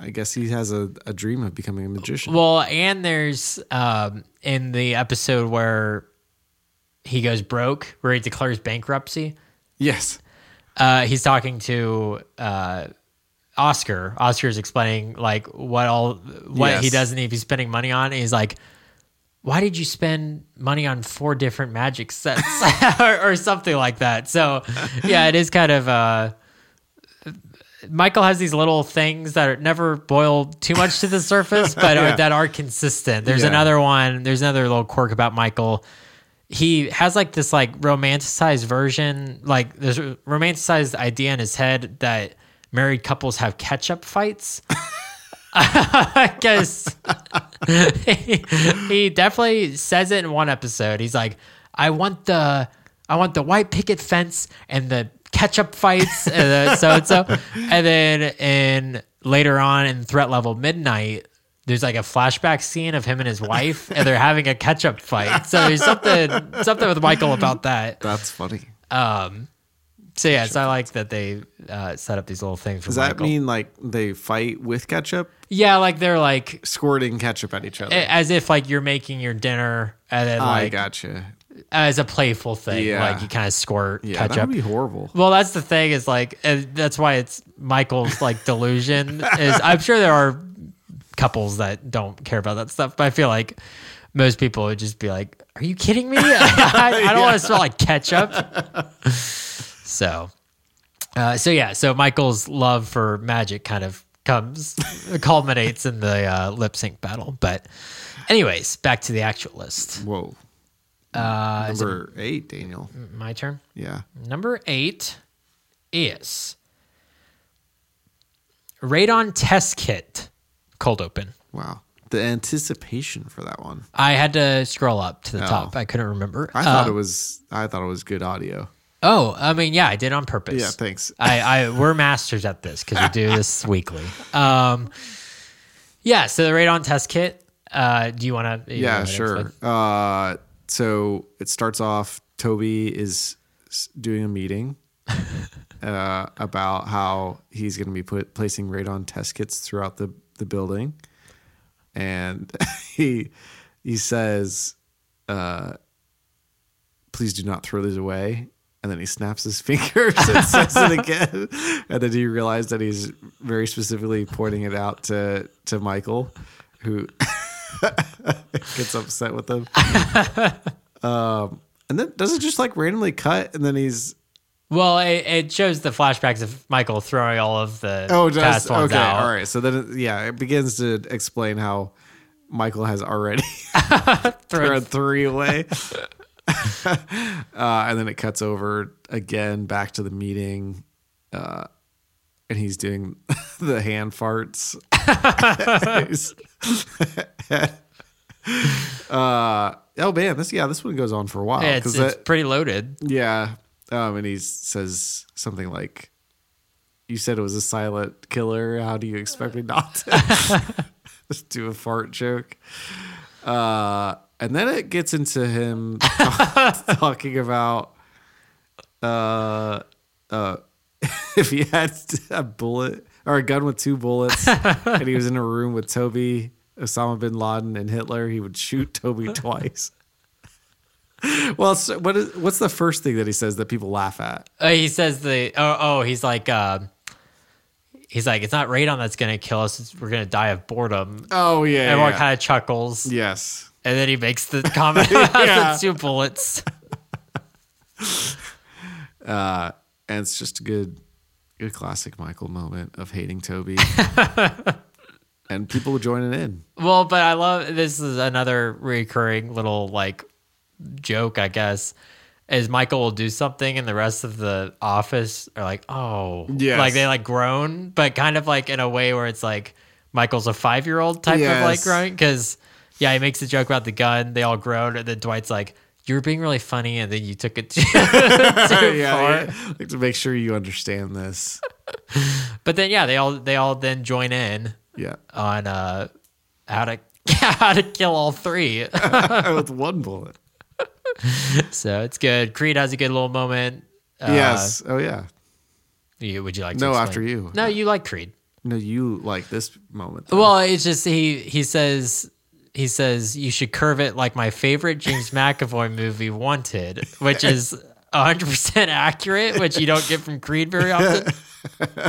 Speaker 1: I guess he has a, a dream of becoming a magician.
Speaker 2: Well, and there's um, in the episode where he goes broke, where he declares bankruptcy.
Speaker 1: yes.
Speaker 2: uh, he's talking to uh, Oscar. Oscar's explaining like what all what
Speaker 1: Yes.
Speaker 2: he doesn't need to be spending money on. And he's like, "Why did you spend money on four different magic sets or, or something like that?" So yeah, it is kind of. Uh, Michael has these little things that are never boil too much to the surface, but
Speaker 1: Yeah.
Speaker 2: are, that are consistent. There's
Speaker 1: Yeah.
Speaker 2: another one. There's another little quirk about Michael he has like this like romanticized version, like this romanticized idea in his head that married couples have catch up fights. I guess he, he definitely says it in one episode. He's like, I want the I want the white picket fence and the catch up fights and the so and so. And then in later on in threat level midnight, there's like a flashback scene of him and his wife and they're having a catch up fight. So there's something something with Michael about that.
Speaker 1: That's funny.
Speaker 2: So yeah, so I like that they uh, set up these little things for
Speaker 1: Does that
Speaker 2: Michael.
Speaker 1: mean like they fight with ketchup,
Speaker 2: yeah, like they're like
Speaker 1: squirting ketchup at each other?
Speaker 2: a- as if like you're making your dinner and then
Speaker 1: I
Speaker 2: Eh, like
Speaker 1: gotcha.
Speaker 2: as a playful thing.
Speaker 1: Yeah.
Speaker 2: Like you kind of squirt
Speaker 1: Yeah,
Speaker 2: ketchup.
Speaker 1: that'd be horrible.
Speaker 2: well, that's the thing is like uh, that's why it's Michael's like delusion is I'm sure there are couples that don't care about that stuff, but I feel like most people would just be like, "Are you kidding me? I, I don't want to smell like ketchup." so, uh, so yeah, so Michael's love for magic kind of comes culminates in the uh, lip sync battle. But, anyways, back to the actual list.
Speaker 1: Whoa. Uh, Number eight, Daniel.
Speaker 2: My turn.
Speaker 1: Yeah.
Speaker 2: Number eight is Radon Test Kit Cold Open.
Speaker 1: Wow. The anticipation for that one.
Speaker 2: I had to scroll up to the
Speaker 1: Oh.
Speaker 2: top. I couldn't remember. Uh,
Speaker 1: I thought it was. I thought it was good audio.
Speaker 2: Oh, I mean, yeah, I did on purpose.
Speaker 1: Yeah. Thanks.
Speaker 2: I, I we're masters at this because we do this weekly. Um, yeah. So the Radon Test Kit. Uh, do you want to?
Speaker 1: yeah sure uh, so it starts off toby is s- doing a meeting uh, about how he's going to be put, placing radon test kits throughout the, the building and he he says uh, please do not throw these away. And then he snaps his fingers and says it again. And then you realize that he's very specifically pointing it out to, to Michael, who gets upset with him. um, and then does it just like randomly cut? And then he's,
Speaker 2: Well, it, it shows the flashbacks of Michael throwing all of the
Speaker 1: oh,
Speaker 2: past
Speaker 1: just,
Speaker 2: ones
Speaker 1: okay.
Speaker 2: out.
Speaker 1: All right. So then, it, yeah, it begins to explain how Michael has already
Speaker 2: Throw-
Speaker 1: thrown three away. uh, and then it cuts over again back to the meeting. Uh, and he's doing the hand farts. uh, oh man, this yeah, this one goes on for a while.
Speaker 2: yeah,
Speaker 1: Oh, 'cause
Speaker 2: it's,
Speaker 1: that-
Speaker 2: it's pretty loaded.
Speaker 1: yeah. Um, and he says something like, You said it was a silent killer. How do you expect me not to Just do a fart joke? Uh, and then it gets into him talking about uh, uh, if he had a bullet or a gun with two bullets and he was in a room with Toby, Osama bin Laden, and Hitler, he would shoot Toby twice. Well, so what is what's the first thing that he says that people laugh at?
Speaker 2: Uh, he says the oh, oh he's like um he's like, it's not radon that's going to kill us. It's, we're going to die of boredom.
Speaker 1: Oh yeah.
Speaker 2: Everyone
Speaker 1: yeah.
Speaker 2: kind of chuckles.
Speaker 1: yes.
Speaker 2: And then he makes the comment about
Speaker 1: Yeah.
Speaker 2: the two bullets.
Speaker 1: And it's just a good, good classic Michael moment of hating Toby, and people joining in.
Speaker 2: Well, but I love this is another recurring little like joke, I guess. Is Michael will do something and the rest of the office are like, oh,
Speaker 1: Yes.
Speaker 2: like they like groan, but kind of like in a way where it's like Michael's a five year old type of like
Speaker 1: Yes.
Speaker 2: groan because yeah, he makes a joke about the gun. They all groan, and then Dwight's like, "You were being really funny, and then you took it too, too far."
Speaker 1: Oh, yeah, yeah. Like to make sure you understand this.
Speaker 2: But then yeah, they all they all then join in
Speaker 1: Yeah,
Speaker 2: on uh how to how to kill all three. Uh,
Speaker 1: with one bullet.
Speaker 2: So it's good. Creed has a good little moment. Uh,
Speaker 1: yes. Oh yeah.
Speaker 2: You, would you like? to
Speaker 1: No,
Speaker 2: explain?
Speaker 1: after you.
Speaker 2: No, you like Creed.
Speaker 1: No, you like this moment. though.
Speaker 2: Well, it's just he he says he says you should curve it like my favorite James McAvoy movie, Wanted, which is. 100% accurate, which you don't get from Creed very often.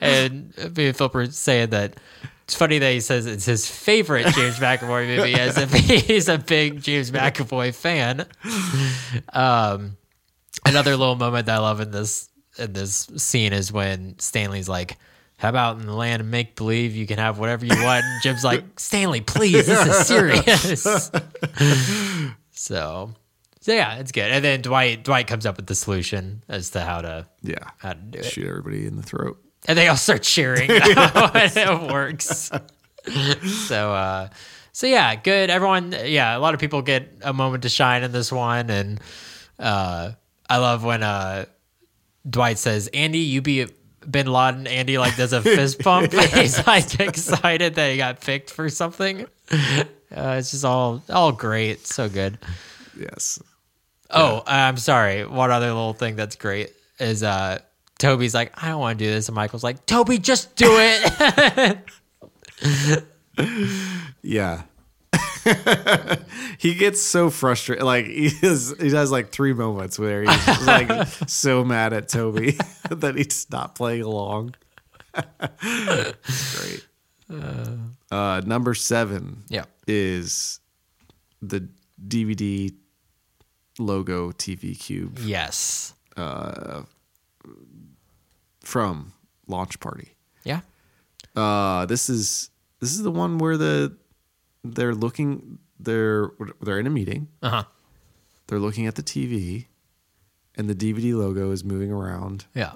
Speaker 2: and me and Philip were saying that it's funny that he says it's his favorite James McAvoy movie as if he's a big James McAvoy fan. Um, another little moment that I love in this in this scene is when Stanley's like, "How about in the land of make believe you can have whatever you want?" And Jim's like, "Stanley, please, this is serious." so, so yeah, it's good. And then Dwight Dwight comes up with the solution as to how to
Speaker 1: yeah.
Speaker 2: how to do it,
Speaker 1: Shoot everybody in the throat.
Speaker 2: and they all start cheering. and it works. so. uh so yeah, good. Everyone, yeah, a lot of people get a moment to shine in this one, and uh, I love when uh, Dwight says, "Andy, you be Bin Laden." Andy like does a fist pump. He's like excited that he got picked for something. Uh, it's just all all great, so good.
Speaker 1: Yes.
Speaker 2: Oh, I'm sorry. One other little thing that's great is uh, Toby's like, "I don't want to do this," and Michael's like, "Toby, just do it."
Speaker 1: Yeah. he gets so frustrated. Like he is, he has like three moments where he's just, like so mad at Toby that he's not playing along. It's Great. Uh, number seven
Speaker 2: yeah.
Speaker 1: is the DVD logo TV cube
Speaker 2: Yes.
Speaker 1: from Launch Party.
Speaker 2: Yeah.
Speaker 1: Uh, this is this is the one where the they're looking they're they're in a meeting.
Speaker 2: Uh huh.
Speaker 1: They're looking at the TV, and the DVD logo is moving around,
Speaker 2: Yeah.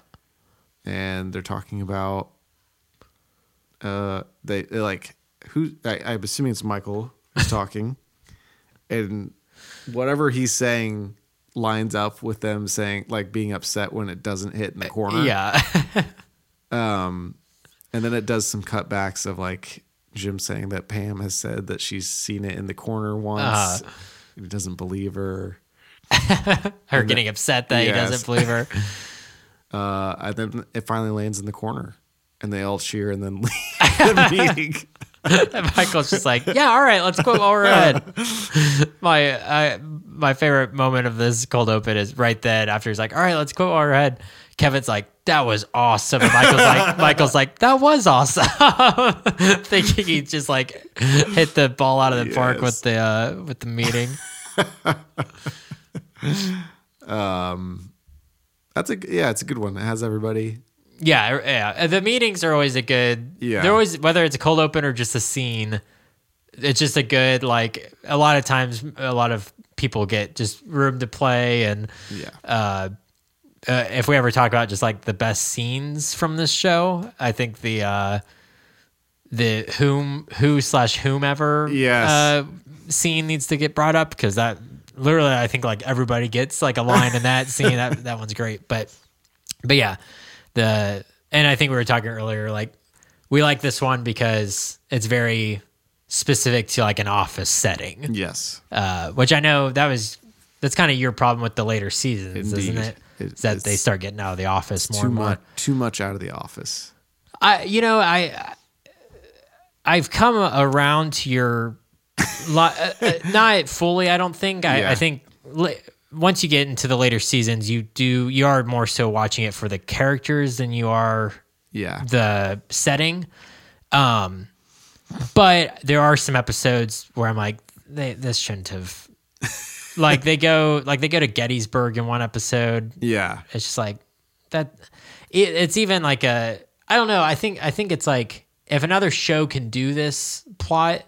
Speaker 1: and they're talking about uh they they like who I, I'm assuming it's Michael who's talking, and whatever he's saying lines up with them saying like being upset when it doesn't hit in the corner.
Speaker 2: Yeah.
Speaker 1: And then it does some cutbacks of like Jim saying that Pam has said that she's seen it in the corner once.
Speaker 2: Uh-huh.
Speaker 1: He doesn't believe her.
Speaker 2: her getting upset that he
Speaker 1: Yes.
Speaker 2: doesn't believe her.
Speaker 1: Uh, and then it finally lands in the corner, and they all cheer and then leave the meeting.
Speaker 2: And Michael's just like, yeah, all right, let's quit while we're ahead. my I, my favorite moment of this cold open is right then after he's like, all right, let's quit while we're ahead. Kevin's like, that was awesome. And Michael's like, Michael's like, that was awesome. Thinking he just like hit the ball out of the park
Speaker 1: Yes.
Speaker 2: with the uh, with the meeting.
Speaker 1: That's a yeah, it's a good one. It has everybody.
Speaker 2: Yeah, er, yeah. Uh, The meetings are always a good.
Speaker 1: Yeah.
Speaker 2: They're always whether it's a cold open or just a scene. It's just a good like a lot of times a lot of people get just room to play and
Speaker 1: Yeah,
Speaker 2: uh, uh if we ever talk about just like the best scenes from this show, I think the uh the whom who slash whomever
Speaker 1: Yes.
Speaker 2: uh scene needs to get brought up because that literally I think like everybody gets like a line in that scene. That that one's great. But but yeah, the and I think we were talking earlier, like we like this one because it's very specific to like an office setting,
Speaker 1: yes,
Speaker 2: uh, which I know that was that's kind of your problem with the later seasons, isn't
Speaker 1: Indeed.
Speaker 2: it?
Speaker 1: It-
Speaker 2: Is that they
Speaker 1: it's-
Speaker 2: start getting out of the office more
Speaker 1: too
Speaker 2: and more.
Speaker 1: much, too much out of the office.
Speaker 2: I, you know, I, I've come around to your, li- uh, uh, not fully. I don't think. I,
Speaker 1: Yeah.
Speaker 2: I think la- once you get into the later seasons, you do you are more so watching it for the characters than you are
Speaker 1: Yeah.
Speaker 2: the setting. Um, but there are some episodes where I'm like, they, this shouldn't have. like they go, like they go to Gettysburg in one episode.
Speaker 1: Yeah.
Speaker 2: It's just like that. It, it's even like a. I don't know. I think I think it's like if another show can do this plot,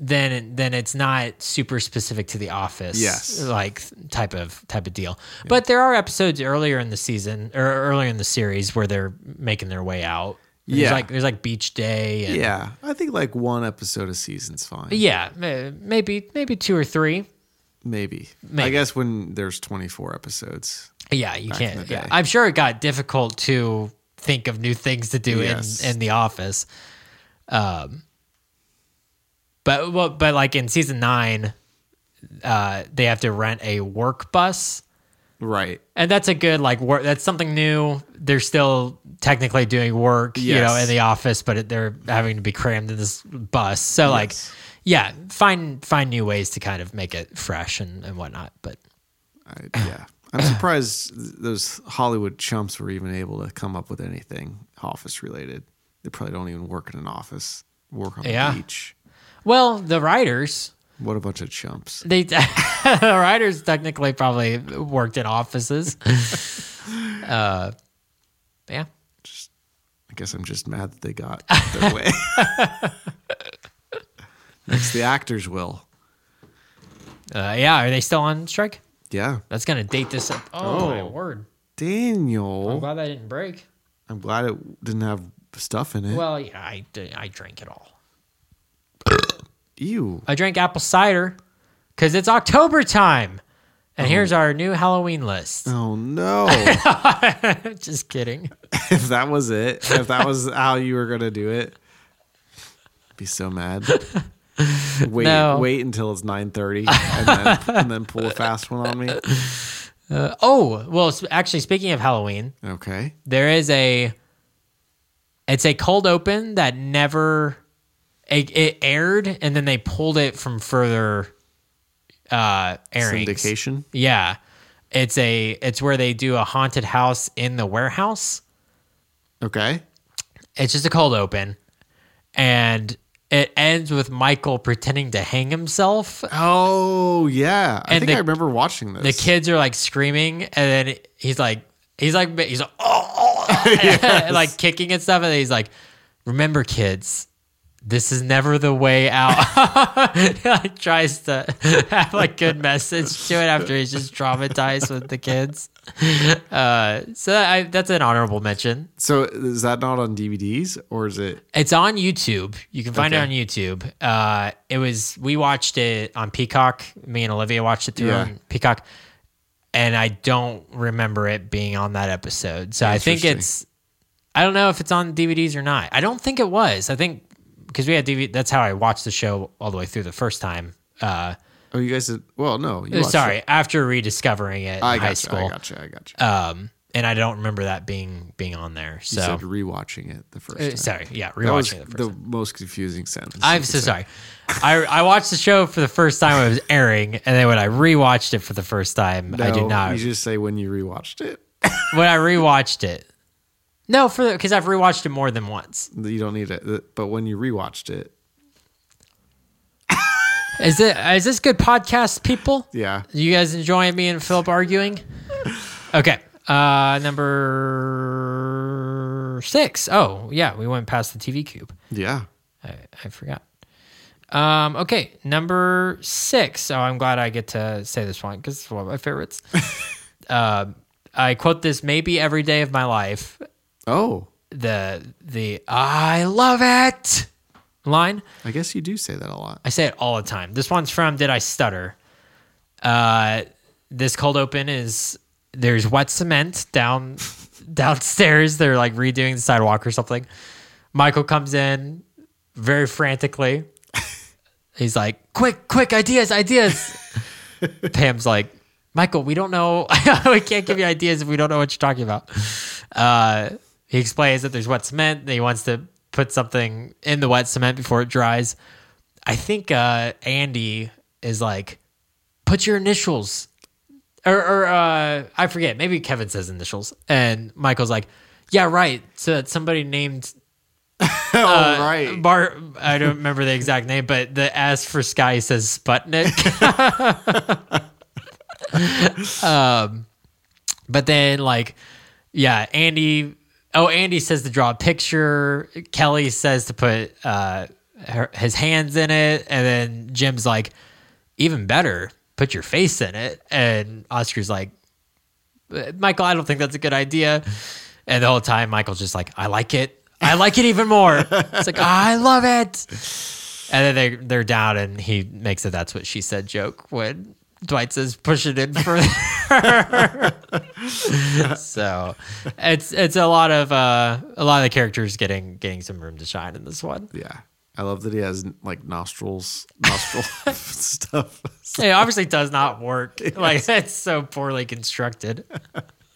Speaker 2: then then it's not super specific to The Office.
Speaker 1: Yes.
Speaker 2: like type of type of deal. But there are episodes earlier in the season or earlier in the series where they're making their way out. There's
Speaker 1: Yeah.
Speaker 2: like there's like Beach Day. And,
Speaker 1: Yeah. I think like one episode a season's fine.
Speaker 2: yeah, ma- maybe maybe two or three.
Speaker 1: Maybe. I
Speaker 2: Maybe.
Speaker 1: guess when there's 24 episodes.
Speaker 2: Yeah, you
Speaker 1: in
Speaker 2: can't.
Speaker 1: the
Speaker 2: Yeah.
Speaker 1: day.
Speaker 2: I'm sure it got difficult to think of new things to do
Speaker 1: Yes.
Speaker 2: in, in the office. Um, but well, but like in season nine, uh, they have to rent a work bus,
Speaker 1: Right.
Speaker 2: and that's a good like work. That's something new. They're still technically doing work, you know,
Speaker 1: Yes.
Speaker 2: in the office, but it, they're having to be crammed in this bus. So like,
Speaker 1: Yes.
Speaker 2: yeah, find find new ways to kind of make it fresh and and whatnot. But
Speaker 1: I, yeah. I'm surprised th- those Hollywood chumps were even able to come up with anything office related. They probably don't even work in an office, work on the
Speaker 2: Yeah.
Speaker 1: beach.
Speaker 2: well, the writers.
Speaker 1: What a bunch of chumps.
Speaker 2: They the writers technically probably worked in offices. uh, yeah.
Speaker 1: I guess I'm just mad that they got their way. Next, the actors will.
Speaker 2: Uh, yeah. Are they still on strike?
Speaker 1: Yeah.
Speaker 2: That's gonna date this up. Oh, my word! I'm
Speaker 1: Daniel.
Speaker 2: glad that didn't break.
Speaker 1: I'm glad it didn't have stuff in it.
Speaker 2: Well, yeah, I d- I drank it all.
Speaker 1: Ew.
Speaker 2: I drank apple cider because it's October time, and here's our new Halloween list.
Speaker 1: Oh no.
Speaker 2: Just kidding.
Speaker 1: if that was it, if that was how you were gonna do it, be so mad. Wait,
Speaker 2: No.
Speaker 1: wait until it's nine thirty, and then and then pull a fast one on me.
Speaker 2: Oh well, s- actually, speaking of Halloween,
Speaker 1: Okay.
Speaker 2: there is a it's a cold open that never it, it aired and then they pulled it from further uh airings.
Speaker 1: Syndication.
Speaker 2: yeah it's a it's where they do a haunted house in the warehouse
Speaker 1: Okay.
Speaker 2: it's just a cold open and it ends with michael pretending to hang himself
Speaker 1: Oh yeah, I
Speaker 2: And
Speaker 1: think
Speaker 2: the-
Speaker 1: I remember watching this.
Speaker 2: the kids are like screaming and then he's like he's like he's like, oh, oh," like kicking and stuff and then he's like remember kids this is never the way out like tries to have like good message to it after he's just traumatized with the kids uh so I, that's an honorable mention
Speaker 1: So is that not on DVDs or is it?
Speaker 2: it's on youtube you can find it
Speaker 1: Okay.
Speaker 2: on youtube uh it was we watched it on peacock me and olivia watched it through
Speaker 1: Yeah.
Speaker 2: on peacock and I don't remember it being on that episode. So I think
Speaker 1: Interesting.
Speaker 2: it's I don't know if it's on DVDs or not. I don't think it was. I think because we had DVD. That's how I watched the show all the way through the first time. Uh,
Speaker 1: Oh, you guys did. Well, no. You watched
Speaker 2: sorry,
Speaker 1: it.
Speaker 2: after rediscovering it
Speaker 1: I
Speaker 2: in
Speaker 1: got
Speaker 2: high
Speaker 1: you.
Speaker 2: school,
Speaker 1: I got you. I got you.
Speaker 2: um, and I don't remember that being being on there.
Speaker 1: you said
Speaker 2: So
Speaker 1: rewatching it the first
Speaker 2: uh,
Speaker 1: time.
Speaker 2: sorry, yeah,
Speaker 1: that was
Speaker 2: rewatching it the first.
Speaker 1: the
Speaker 2: time.
Speaker 1: most confusing sentence. you
Speaker 2: I'm
Speaker 1: could
Speaker 2: so
Speaker 1: say.
Speaker 2: sorry. I, I watched the show for the first time when it was airing, and then when I rewatched it for the first time, I did
Speaker 1: No,
Speaker 2: not.
Speaker 1: You just say when you rewatched it.
Speaker 2: when I rewatched it. No, for because I've rewatched it more than once.
Speaker 1: You don't need it, but when you rewatched it,
Speaker 2: Is it is this good podcast, people?
Speaker 1: yeah.
Speaker 2: You guys enjoying me and Philip arguing? Okay. Uh number six. Oh, yeah, we went past the TV cube.
Speaker 1: Yeah.
Speaker 2: I, I forgot. Um, okay, number six. Oh, I'm glad I get to say this one because it's one of my favorites. uh, I quote this maybe every day of my life.
Speaker 1: Oh,
Speaker 2: The the I love it line.
Speaker 1: I guess you do say that a lot.
Speaker 2: I say it all the time. This one's from Did I Stutter? Uh, this cold open is there's wet cement down downstairs. They're like redoing the sidewalk or something. Michael comes in very frantically. He's like, "Quick, quick, ideas, ideas." Pam's like, "Michael, we don't know. we can't give you ideas if we don't know what you're talking about." Uh, he explains that there's wet cement. That he wants to put something in the wet cement before it dries. I think uh, Andy is like, put your initials, or, or uh, I forget. Maybe Kevin says initials, and Michael's like, Yeah, right. So that somebody named
Speaker 1: All
Speaker 2: uh,
Speaker 1: right.
Speaker 2: Bar. I don't remember the exact name, but the S for Sky says Sputnik. um, Um, but then like, yeah, Andy. Oh, Andy says to draw a picture. Kelly says to put uh, her, his hands in it, and then Jim's like, even better, put your face in it. And Oscar's like, Michael, I don't think that's a good idea. And the whole time, Michael's just like, I like it. I like it even more. It's like, I love it. And then they, they're down, and he makes a that's what she said joke when Dwight says, push it in further. so it's it's a lot of uh, a lot of the characters getting getting some room to shine in this one.
Speaker 1: Yeah. I love that he has like nostrils, nostril stuff.
Speaker 2: It obviously does not work. Like it's so poorly constructed.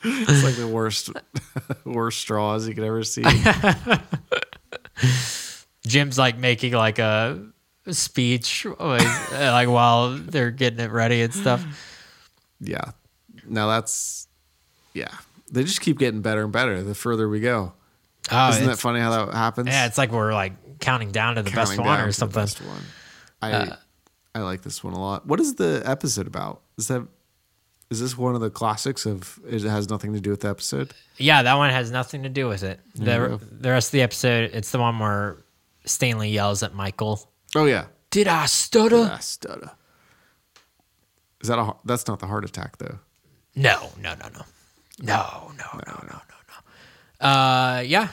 Speaker 1: It's like the worst, worst straws you could ever see.
Speaker 2: Jim's like making like a speech like, uh, like while they're getting it ready and stuff.
Speaker 1: Yeah. Now that's, yeah. They just keep getting better and better the further we go.
Speaker 2: Oh,
Speaker 1: Isn't that
Speaker 2: it's-
Speaker 1: funny how that happens?
Speaker 2: yeah, it's like we're like counting down to the best
Speaker 1: Counting
Speaker 2: one
Speaker 1: down
Speaker 2: or
Speaker 1: to the
Speaker 2: something. Uh,
Speaker 1: best one. I, I like this one a lot. What is the episode about? Is that, is this one of the classics of, it has nothing to do with the episode?
Speaker 2: Yeah, that one has nothing to do with it. The, the rest of the episode, it's the one where Stanley yells at Michael.
Speaker 1: Oh, yeah.
Speaker 2: Did I stutter?
Speaker 1: Ah, stutter. Is that a, heart- that's not the heart attack though.
Speaker 2: No, no, no, no, no, no, no, no, no, no. Uh, yeah,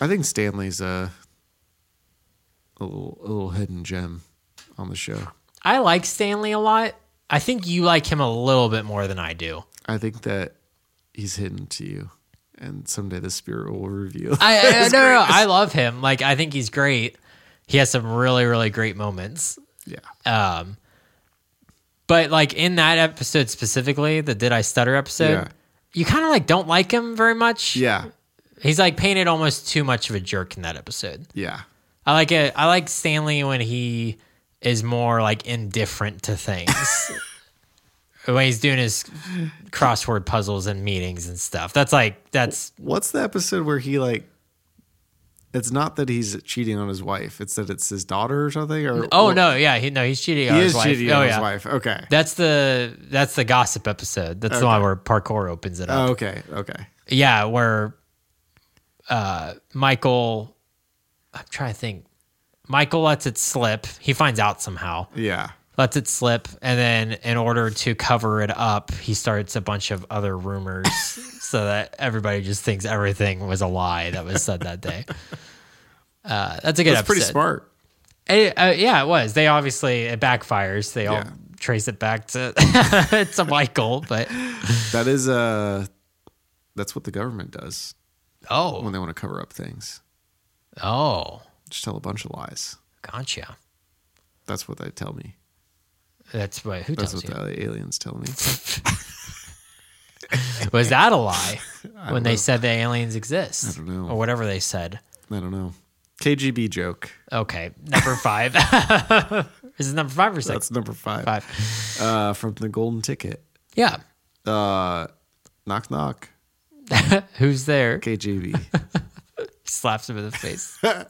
Speaker 1: I think Stanley's a a little a little hidden gem on the show.
Speaker 2: I like Stanley a lot. I think you like him a little bit more than I do.
Speaker 1: I think that he's hidden to you, and someday the spirit will reveal.
Speaker 2: I, I no, no, no, I love him. Like I think he's great. He has some really really great moments.
Speaker 1: yeah,
Speaker 2: Um, but like in that episode specifically, the "Did I Stutter" episode,
Speaker 1: Yeah.
Speaker 2: you kind of like don't like him very much.
Speaker 1: yeah,
Speaker 2: he's like painted almost too much of a jerk in that episode.
Speaker 1: yeah,
Speaker 2: I like it. I like Stanley when he is more like indifferent to things. when he's doing his crossword puzzles and meetings and stuff. That's like that's
Speaker 1: What's the episode where he like? It's not that he's cheating on his wife. It's that it's his daughter or something. Or
Speaker 2: Oh
Speaker 1: well,
Speaker 2: no, yeah, he no, he's cheating on
Speaker 1: he
Speaker 2: his
Speaker 1: is
Speaker 2: wife.
Speaker 1: cheating
Speaker 2: oh
Speaker 1: on
Speaker 2: yeah.
Speaker 1: his wife. Okay.
Speaker 2: That's the that's the gossip episode. That's the one where parkour opens it up.
Speaker 1: Oh, okay. Okay.
Speaker 2: Yeah, where uh Michael I'm trying to think. Michael lets it slip. He finds out somehow.
Speaker 1: Yeah.
Speaker 2: Lets it slip and then in order to cover it up, he starts a bunch of other rumors so that everybody just thinks everything was a lie that was said that day. Uh, that's a good
Speaker 1: That's
Speaker 2: episode.
Speaker 1: pretty smart.
Speaker 2: It, uh, yeah, it was. They obviously it backfires. They all
Speaker 1: Yeah.
Speaker 2: trace it back to to Michael, but
Speaker 1: That is uh that's what the government does when
Speaker 2: oh,
Speaker 1: they want to cover up things.
Speaker 2: oh,
Speaker 1: Just tell a bunch of lies.
Speaker 2: gotcha.
Speaker 1: That's what they tell me.
Speaker 2: That's what. Who
Speaker 1: That's
Speaker 2: tells
Speaker 1: what
Speaker 2: you?
Speaker 1: the aliens tell me.
Speaker 2: Was that a lie when they
Speaker 1: know.
Speaker 2: said the aliens exist?
Speaker 1: I don't know.
Speaker 2: or whatever they said.
Speaker 1: I don't know. KGB joke.
Speaker 2: Okay, number five. Is it number five or six?
Speaker 1: That's number five.
Speaker 2: five.
Speaker 1: Uh, from the Golden Ticket.
Speaker 2: Yeah.
Speaker 1: Uh, knock knock.
Speaker 2: Who's there?
Speaker 1: KGB.
Speaker 2: Slaps him in the face.
Speaker 1: Uh,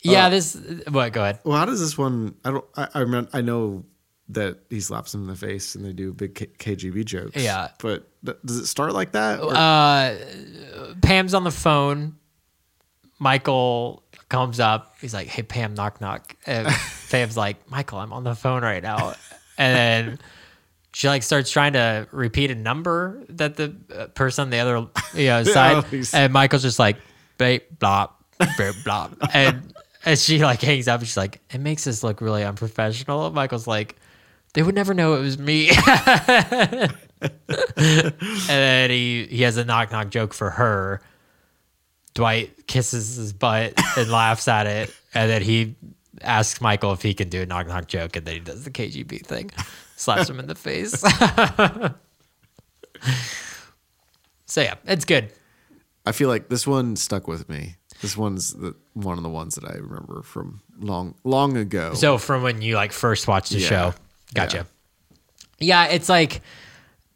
Speaker 2: yeah. this. What? Go ahead.
Speaker 1: well, how does this one? I don't. I I, remember, I know that he slaps him in the face and they do big K- KGB jokes.
Speaker 2: Yeah.
Speaker 1: But th- does it start like that? Or-
Speaker 2: Uh, Pam's on the phone. Michael comes up. He's like, "Hey, Pam, knock knock." And Pam's like, "Michael, I'm on the phone right now." And then she like starts trying to repeat a number that the uh, person on the other you know, side,
Speaker 1: he's-
Speaker 2: and Michael's just like, "Babe, blah, babe, blah," and and she like hangs up. And she's like, "It makes us look really unprofessional." And Michael's like. They would never know it was me. and then he he has a knock knock joke for her. Dwight kisses his butt and laughs at it, and then he asks Michael if he can do a knock knock joke, and then he does the KGB thing, slaps him in the face. so yeah, it's good.
Speaker 1: I feel like this one stuck with me. This one's the, one of the ones that I remember from long, long ago.
Speaker 2: So from when you like first watched the
Speaker 1: Yeah.
Speaker 2: show, gotcha. Yeah. it's like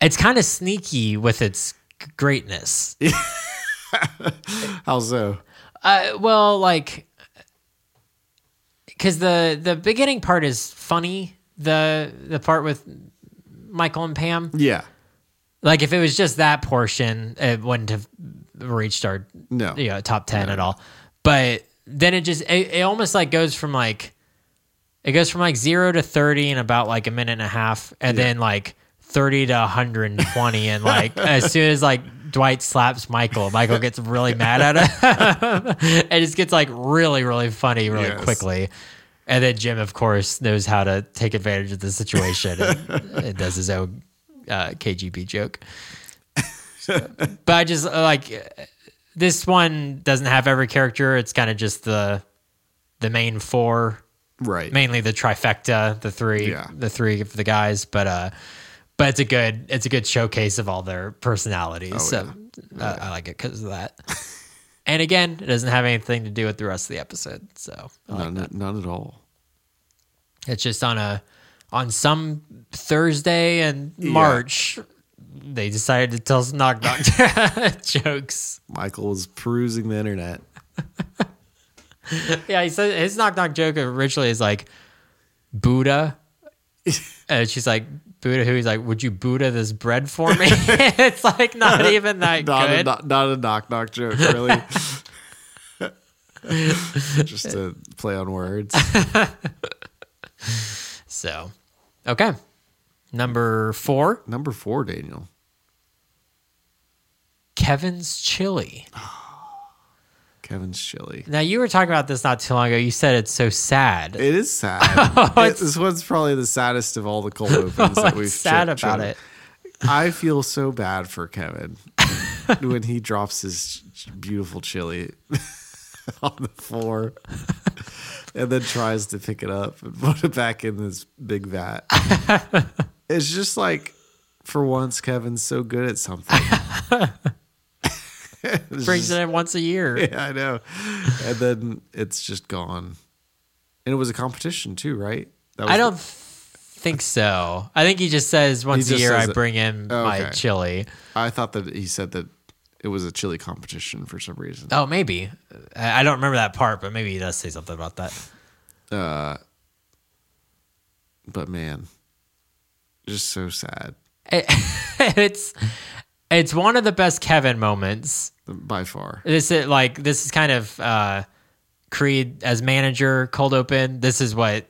Speaker 2: it's kind of sneaky with its greatness.
Speaker 1: How so?
Speaker 2: Uh, well, like, because the the beginning part is funny. The the part with Michael and Pam.
Speaker 1: Yeah.
Speaker 2: Like, if it was just that portion, it wouldn't have reached our
Speaker 1: No.
Speaker 2: you know, top ten at all. But then it just it, it almost like goes from like it goes from like zero to thirty in about like a minute and a half, and then like thirty to one hundred and twenty, and like as soon as like Dwight slaps Michael, Michael gets really mad at him. it just gets like really really funny really
Speaker 1: Yes.
Speaker 2: quickly. And then Jim, of course, knows how to take advantage of the situation and, and does his own uh, KGB joke. but I just uh, like this one doesn't have every character. It's kind of just the the main four,
Speaker 1: Right.
Speaker 2: mainly the trifecta, the three,
Speaker 1: Yeah.
Speaker 2: the three of the guys. But uh, but it's a good it's a good showcase of all their personalities. so uh, I like it because of that. and again, it doesn't have anything to do with the rest of the episode. So
Speaker 1: none, none at all.
Speaker 2: it's just on a on some Thursday in March. They decided to tell some knock knock jokes.
Speaker 1: Michael was perusing the internet.
Speaker 2: Yeah, he said his knock knock joke originally is like Buddha. and she's like, Buddha who? He's like, Would you Buddha this bread for me? it's like not even that
Speaker 1: Not a,
Speaker 2: good.
Speaker 1: not, not a knock knock joke, really. Just to play on words.
Speaker 2: So okay. Number four,
Speaker 1: Number four, Daniel.
Speaker 2: Kevin's chili.
Speaker 1: Ah. Kevin's chili.
Speaker 2: Now you were talking about this not too long ago. You said it's so sad.
Speaker 1: It is sad.
Speaker 2: Oh,
Speaker 1: It- this one's probably the saddest of all the cold opens that we've
Speaker 2: What's sad
Speaker 1: cho-
Speaker 2: about
Speaker 1: cho-
Speaker 2: it?
Speaker 1: I feel so bad for Kevin when he drops his ch- beautiful chili on the floor and then tries to pick it up and put it back in this big vat. it's just like, for once, Kevin's so good at something. It's
Speaker 2: Brings
Speaker 1: just-
Speaker 2: it in once a year.
Speaker 1: yeah, I know. And then it's just gone. And it was a competition too, right? That was
Speaker 2: I don't think so. I think he just says once
Speaker 1: just
Speaker 2: a year I
Speaker 1: says it.
Speaker 2: bring in
Speaker 1: Oh,
Speaker 2: my
Speaker 1: okay.
Speaker 2: chili.
Speaker 1: I thought that he said that it was a chili competition for some reason.
Speaker 2: Oh, maybe. I I don't remember that part, but maybe he does say something about that.
Speaker 1: But man, just so sad
Speaker 2: It- it's it's one of the best Kevin moments.
Speaker 1: by far.
Speaker 2: This is like this is kind of uh, Creed as manager, cold open. This is what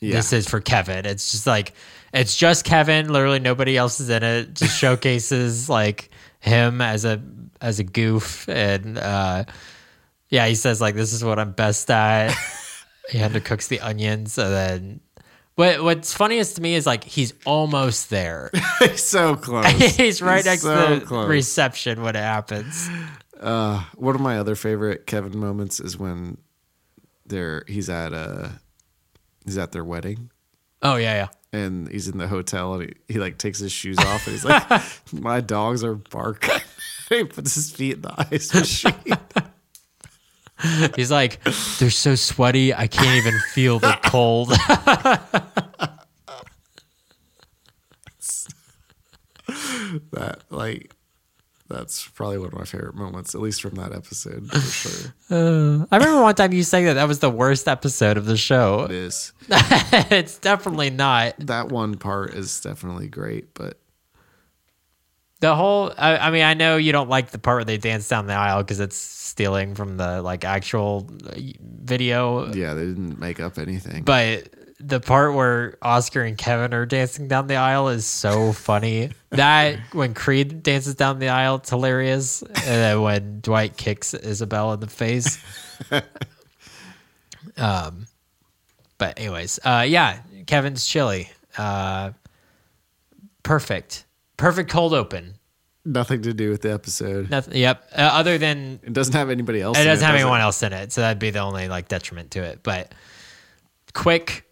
Speaker 1: Yeah.
Speaker 2: this is for Kevin. It's just like it's just Kevin. Literally nobody else is in it. Just showcases like him as a as a goof and uh, yeah, he says like this is what I'm best at. he undercooks the onions and then. What, what's funniest to me is like he's almost there.
Speaker 1: so close.
Speaker 2: he's right
Speaker 1: He's
Speaker 2: next
Speaker 1: so
Speaker 2: to the
Speaker 1: close.
Speaker 2: reception when it happens.
Speaker 1: One of my other favorite Kevin moments is when they're he's at a he's at their wedding
Speaker 2: Oh yeah, yeah.
Speaker 1: and he's in the hotel and he, he like takes his shoes off and he's like, My dogs are barking. he puts his feet in the ice machine.
Speaker 2: He's like, they're so sweaty, I can't even feel the cold.
Speaker 1: that like that's probably one of my favorite moments, at least from that episode for sure.
Speaker 2: Uh, I remember one time you saying that that was the worst episode of the show.
Speaker 1: It is.
Speaker 2: it's definitely not.
Speaker 1: That one part is definitely great, but
Speaker 2: The whole, I, I mean, I know you don't like the part where they dance down the aisle because it's stealing from the like actual uh, video,
Speaker 1: yeah, they didn't make up anything.
Speaker 2: but the part where Oscar and Kevin are dancing down the aisle is so funny. that when Creed dances down the aisle, it's hilarious. And then when Dwight kicks Isabel in the face. um, but anyways, uh, yeah, Kevin's chili. Uh, perfect, perfect cold open.
Speaker 1: Nothing to do with the episode.
Speaker 2: Nothing. Yep. Uh, other than
Speaker 1: It doesn't have anybody else.
Speaker 2: it
Speaker 1: in
Speaker 2: doesn't have
Speaker 1: does it?
Speaker 2: anyone else in it, so that'd be the only like detriment to it. But quick,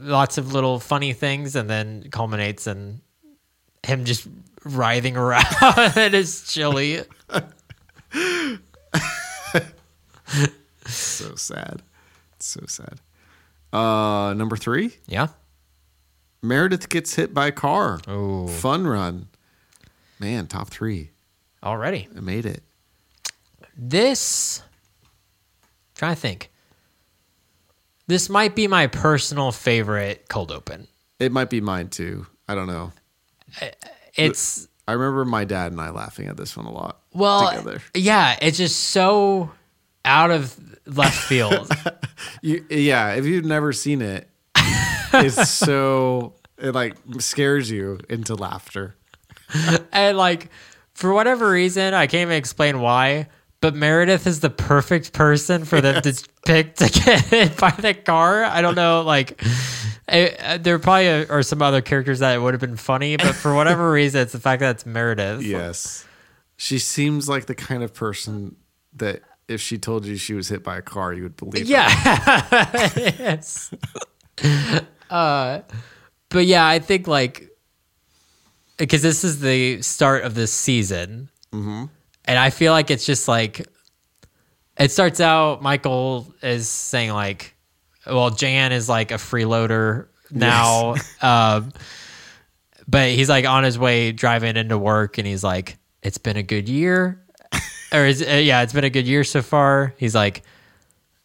Speaker 2: lots of little funny things, and then culminates in him just writhing around in his chili.
Speaker 1: So sad. It's so sad. Uh, number three,
Speaker 2: Yeah. Oh.
Speaker 1: Meredith gets hit by a car.
Speaker 2: Ooh.
Speaker 1: Fun run. Man, top three.
Speaker 2: already.
Speaker 1: I made it.
Speaker 2: This, trying to think. This might be my personal favorite cold open.
Speaker 1: It might be mine too. I don't know.
Speaker 2: It's
Speaker 1: I remember my dad and I laughing at this one a lot.
Speaker 2: well,
Speaker 1: together.
Speaker 2: yeah, it's just so out of left field.
Speaker 1: You, yeah, if you've never seen it, it's so it like scares you into laughter.
Speaker 2: and like for whatever reason i can't even explain why but meredith is the perfect person for them to pick to get hit by the car i don't know like I- I- there probably are some other characters that it would have been funny but for whatever reason it's the fact that it's meredith
Speaker 1: Yes. She seems like the kind of person that if she told you she was hit by a car, you would believe her.
Speaker 2: yeah yes uh but yeah i think like because this is the start of this season and i feel like it's just like it starts out michael is saying like well jan is like a freeloader now um but he's like on his way driving into work and he's like it's been a good year or is, uh, yeah it's been a good year so far he's like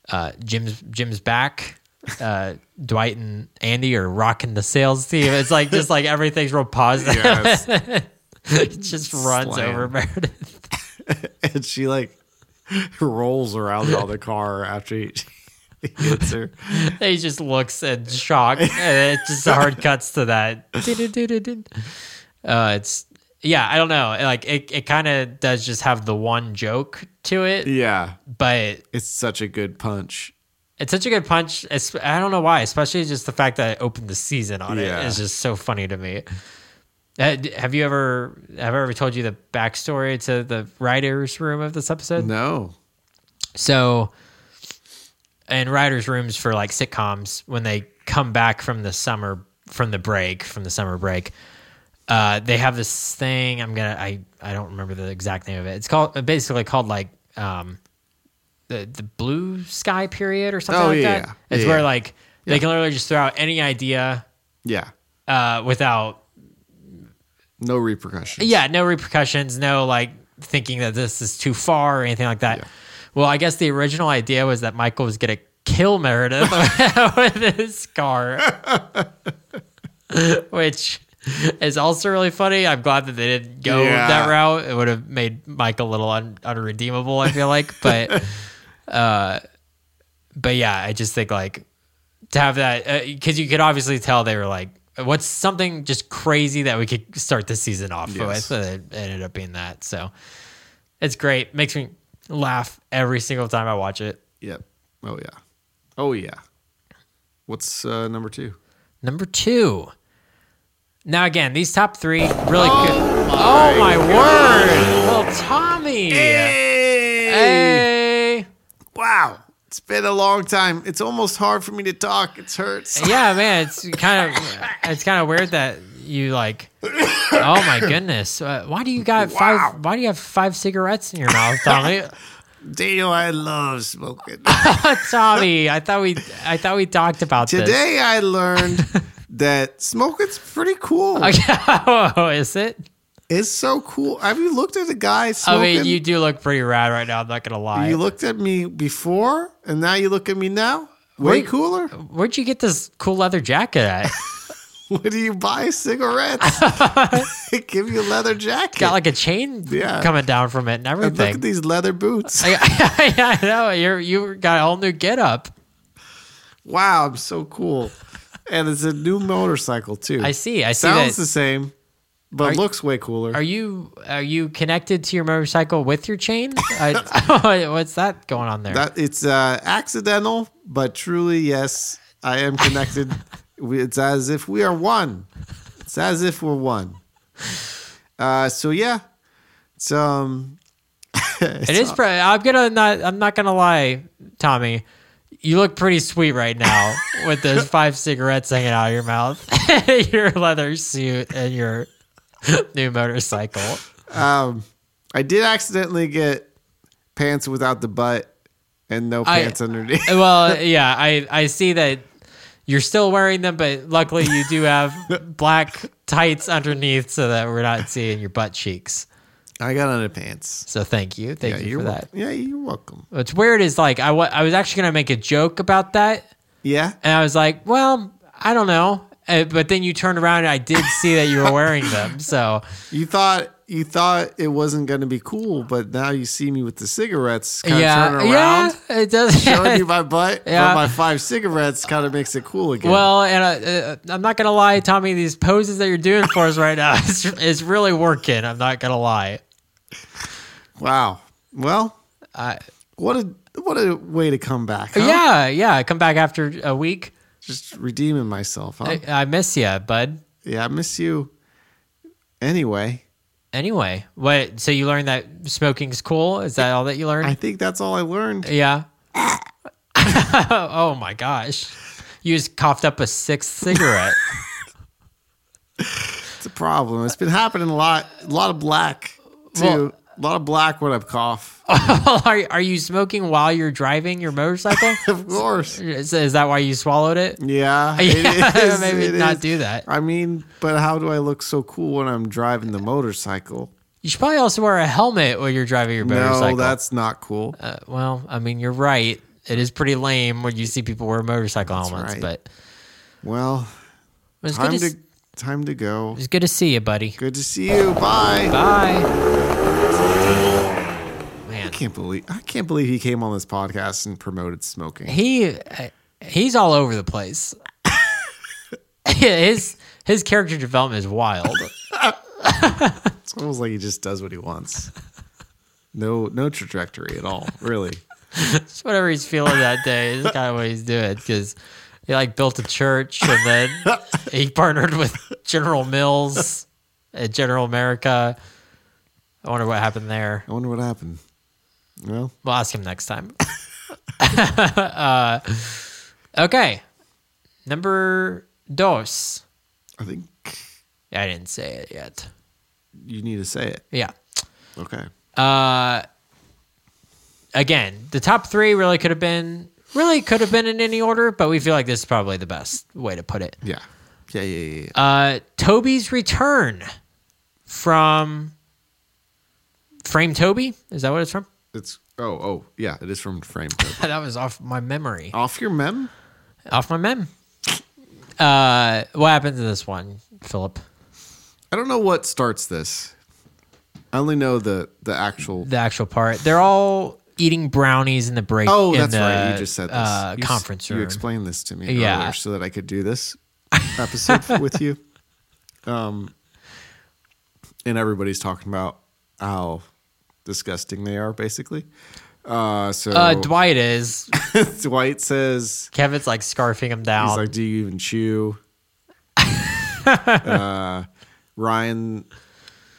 Speaker 2: uh, Jim's Jim's back. Uh, Dwight and Andy are rocking the sales team. It's like just like everything's real positive.
Speaker 1: Yes.
Speaker 2: it just runs
Speaker 1: Slam.
Speaker 2: over Meredith.
Speaker 1: and she like rolls around on the car after he, he hits her.
Speaker 2: he just looks in shock. and it just hard cuts to that. Du-du-du-du-du. Uh, it's yeah, I don't know. Like it, it kind of does just have the one joke to it,
Speaker 1: Yeah,
Speaker 2: but
Speaker 1: it's such a good punch.
Speaker 2: it's such a good punch. es- I don't know why, especially just the fact that I opened the season on
Speaker 1: Yeah.
Speaker 2: it is just so funny to me. Uh, d- Have you ever have I ever told you the backstory to the writers' room of this episode?
Speaker 1: No.
Speaker 2: So, in writers' rooms for like sitcoms, when they come back from the summer from the break from the summer break, uh, they have this thing. I'm gonna I I don't remember the exact name of it. It's called basically called like um, the the blue sky period or something
Speaker 1: Oh,
Speaker 2: like
Speaker 1: yeah,
Speaker 2: that.
Speaker 1: yeah.
Speaker 2: It's
Speaker 1: Yeah,
Speaker 2: where
Speaker 1: yeah.
Speaker 2: like they can literally just throw out any idea
Speaker 1: Yeah.
Speaker 2: uh, without
Speaker 1: No repercussions.
Speaker 2: Yeah, no repercussions, no like thinking that this is too far or anything like that.
Speaker 1: Yeah.
Speaker 2: Well, I guess the original idea was that Michael was gonna kill Meredith with his car, which is also really funny. I'm glad that they didn't go
Speaker 1: Yeah.
Speaker 2: that route. It would have made Mike a little un- unredeemable. I feel like, but uh, but yeah, I just think like to have that because you could obviously tell they were like, "What's something just crazy that we could start the season off
Speaker 1: Yes.
Speaker 2: with?" And it ended up being that. So it's great. Makes me laugh every single time I watch it.
Speaker 1: Yep. Oh yeah. Oh yeah. What's uh, number two?
Speaker 2: Number two. Now again, these top three really good. oh my word! Little Tommy. Hey.
Speaker 1: Wow. It's been a long time. It's almost hard for me to talk. It hurts.
Speaker 2: Yeah, man, it's kind of it's kind of weird that you like. Oh my goodness! Uh, why do you got
Speaker 1: Wow.
Speaker 2: five? Why do you have five cigarettes in your mouth, Tommy?
Speaker 1: Daniel, I love smoking.
Speaker 2: Tommy, I thought we I thought we talked about this.
Speaker 1: Today I learned that smoking's pretty cool.
Speaker 2: oh, is it?
Speaker 1: It's so cool. Have you looked at a guy
Speaker 2: I
Speaker 1: smoking?
Speaker 2: mean, you do look pretty rad right now. I'm not gonna lie.
Speaker 1: You looked at me before, and now you look at me now. Way
Speaker 2: Wait. Oh.
Speaker 1: cooler.
Speaker 2: Where'd you get this cool leather jacket at?
Speaker 1: What do you buy cigarettes? they give you a leather jacket.
Speaker 2: Got like a chain
Speaker 1: Yeah.
Speaker 2: coming down from it and
Speaker 1: And look at
Speaker 2: everything.
Speaker 1: these leather boots.
Speaker 2: I, I know you're you got a whole new get up.
Speaker 1: wow, I'm so cool. And it's a new motorcycle too.
Speaker 2: I see. I see
Speaker 1: Sounds
Speaker 2: that-
Speaker 1: the same, but
Speaker 2: Are-
Speaker 1: looks way cooler.
Speaker 2: Are you are you connected to your motorcycle with your chain? I, what's that going on there?
Speaker 1: That it's uh, accidental, but truly, yes, I am connected. We- it's as if we are one. It's as if we're one. Uh, so yeah, it's um,
Speaker 2: it is. Pre- I'm gonna not. I'm not gonna lie, Tommy. You look pretty sweet right now with those five cigarettes hanging out of your mouth, your leather suit, and your new motorcycle.
Speaker 1: um, I did accidentally get pants without the butt and no
Speaker 2: I-
Speaker 1: pants underneath.
Speaker 2: well, yeah, I I see that You're still wearing them, but luckily you do have black tights underneath so that we're not seeing your butt cheeks.
Speaker 1: I got underpants.
Speaker 2: So thank you. Thank you
Speaker 1: you're
Speaker 2: for
Speaker 1: welcome.
Speaker 2: that.
Speaker 1: Yeah, you're welcome.
Speaker 2: What's weird is like I wa- I was actually going to make a joke about that
Speaker 1: Yeah.
Speaker 2: and I was like, well, I don't know. Uh, but then you turned around and I did see that you were wearing them. So
Speaker 1: You thought you thought it wasn't gonna be cool, but now you see me with the cigarettes kind of turn
Speaker 2: yeah,
Speaker 1: around.
Speaker 2: yeah, it does.
Speaker 1: Showing you my butt,
Speaker 2: Yeah.
Speaker 1: but my five cigarettes kind of makes it cool again.
Speaker 2: Well, and uh, uh, I'm not gonna lie, Tommy. These poses that you're doing for us right now is, is really working. I'm not gonna lie.
Speaker 1: wow. Well,
Speaker 2: I-
Speaker 1: what a what a way to come back. huh?
Speaker 2: Yeah, yeah. I Come back after a week.
Speaker 1: just redeeming myself. Huh?
Speaker 2: I, I miss you, bud.
Speaker 1: yeah, I miss you. Anyway,
Speaker 2: Anyway, what? So you learned that smoking's cool? Is that all that you learned?
Speaker 1: I think that's all I learned.
Speaker 2: yeah. oh my gosh, you just coughed up a sixth cigarette.
Speaker 1: It's a problem. It's been happening a lot. A lot of black too.
Speaker 2: Well-
Speaker 1: a lot of black when I cough.
Speaker 2: Oh, are are you smoking while you're driving your motorcycle?
Speaker 1: of course.
Speaker 2: is, is that why you swallowed it?
Speaker 1: Yeah.
Speaker 2: Yeah, maybe
Speaker 1: it
Speaker 2: not
Speaker 1: is.
Speaker 2: do that.
Speaker 1: I mean, but how do I look so cool when I'm driving the motorcycle?
Speaker 2: You should probably also wear a helmet when you're driving your motorcycle.
Speaker 1: No, that's not cool.
Speaker 2: uh, well, I mean, you're right. It is pretty lame when you see people wear motorcycle helmets,
Speaker 1: right.
Speaker 2: but
Speaker 1: Well,
Speaker 2: it's good,
Speaker 1: time
Speaker 2: to,
Speaker 1: to
Speaker 2: s-
Speaker 1: time to go.
Speaker 2: it's good to see you, buddy.
Speaker 1: Good to see you. Bye.
Speaker 2: Bye. Man,
Speaker 1: I can't believe I can't believe he came on this podcast and promoted smoking.
Speaker 2: he uh, he's all over the place. his his character development is wild.
Speaker 1: It's almost like he just does what he wants. No, no trajectory at all. Really.
Speaker 2: It's whatever he's feeling that day is kind of what he's doing because he like built a church and then he partnered with General Mills and General America. I wonder what happened there.
Speaker 1: I wonder what happened. Well,
Speaker 2: We'll ask him next time. uh, okay, number dos.
Speaker 1: I think
Speaker 2: I didn't say it yet.
Speaker 1: you need to say it.
Speaker 2: Yeah.
Speaker 1: Okay.
Speaker 2: Again, the top three really could have been really could have been in any order, but we feel like this is probably the best way to put it.
Speaker 1: Yeah. Yeah. Yeah. Yeah. yeah.
Speaker 2: uh, Toby's return from Frame Toby. Is that what it's from?
Speaker 1: it's oh oh yeah. It is from Frame. Code.
Speaker 2: that was off my memory.
Speaker 1: Off your mem.
Speaker 2: Off my mem. Uh, what happened to this one, Philip?
Speaker 1: I don't know what starts this. I only know the the actual.
Speaker 2: The actual part. They're all eating brownies in the break.
Speaker 1: Oh,
Speaker 2: in
Speaker 1: that's
Speaker 2: the,
Speaker 1: right. You just said this.
Speaker 2: Uh,
Speaker 1: You s-
Speaker 2: conference room.
Speaker 1: You explained this to me
Speaker 2: Yeah.
Speaker 1: earlier so that I could do this episode with you. Um, and everybody's talking about how disgusting they are, basically. Uh, so
Speaker 2: uh, Dwight is.
Speaker 1: Dwight says,
Speaker 2: Kevin's like scarfing him down.
Speaker 1: he's like, "Do you even chew?" uh, Ryan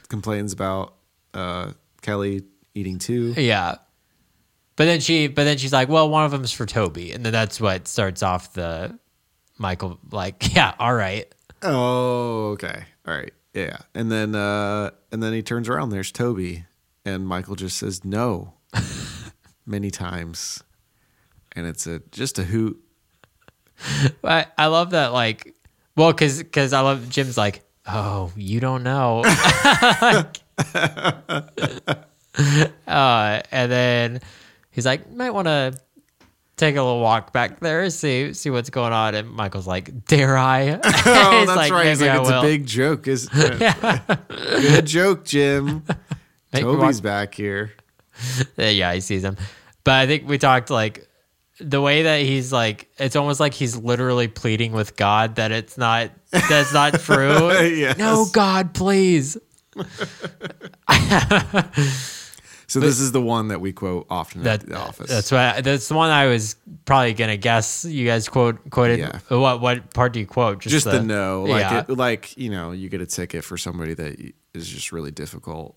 Speaker 1: complains about uh, Kelly eating too.
Speaker 2: Yeah. But then she but then she's like, well, one of them's for Toby. And then that's what starts off the Michael like, yeah, all right.
Speaker 1: Oh, okay. All right. Yeah. And then uh and then he turns around, there's Toby, and Michael just says no many times. And it's a just a hoot.
Speaker 2: I, I love that like well, cause cause I love Jim's like, oh, you don't know. uh, and then he's like, might want to take a little walk back there, see see what's going on. And Michael's like, dare I?
Speaker 1: Oh,
Speaker 2: He's
Speaker 1: that's right. He's
Speaker 2: "Maybe
Speaker 1: like,
Speaker 2: I
Speaker 1: it's a
Speaker 2: will."
Speaker 1: big joke, is Good joke, Jim.
Speaker 2: Make me walk
Speaker 1: Toby's back here.
Speaker 2: Uh, yeah, he sees him. But I think we talked like the way that he's like it's almost like he's literally pleading with God that it's not that's not true.
Speaker 1: Yes.
Speaker 2: No God, please.
Speaker 1: So this is the one that we quote often
Speaker 2: That
Speaker 1: at the office.
Speaker 2: That's what that's the one I was probably gonna guess you guys quote quoted
Speaker 1: Yeah.
Speaker 2: what what part do you quote?
Speaker 1: just the, no. Like
Speaker 2: yeah.
Speaker 1: it, like, you know, you get a ticket for somebody that y- is just really difficult.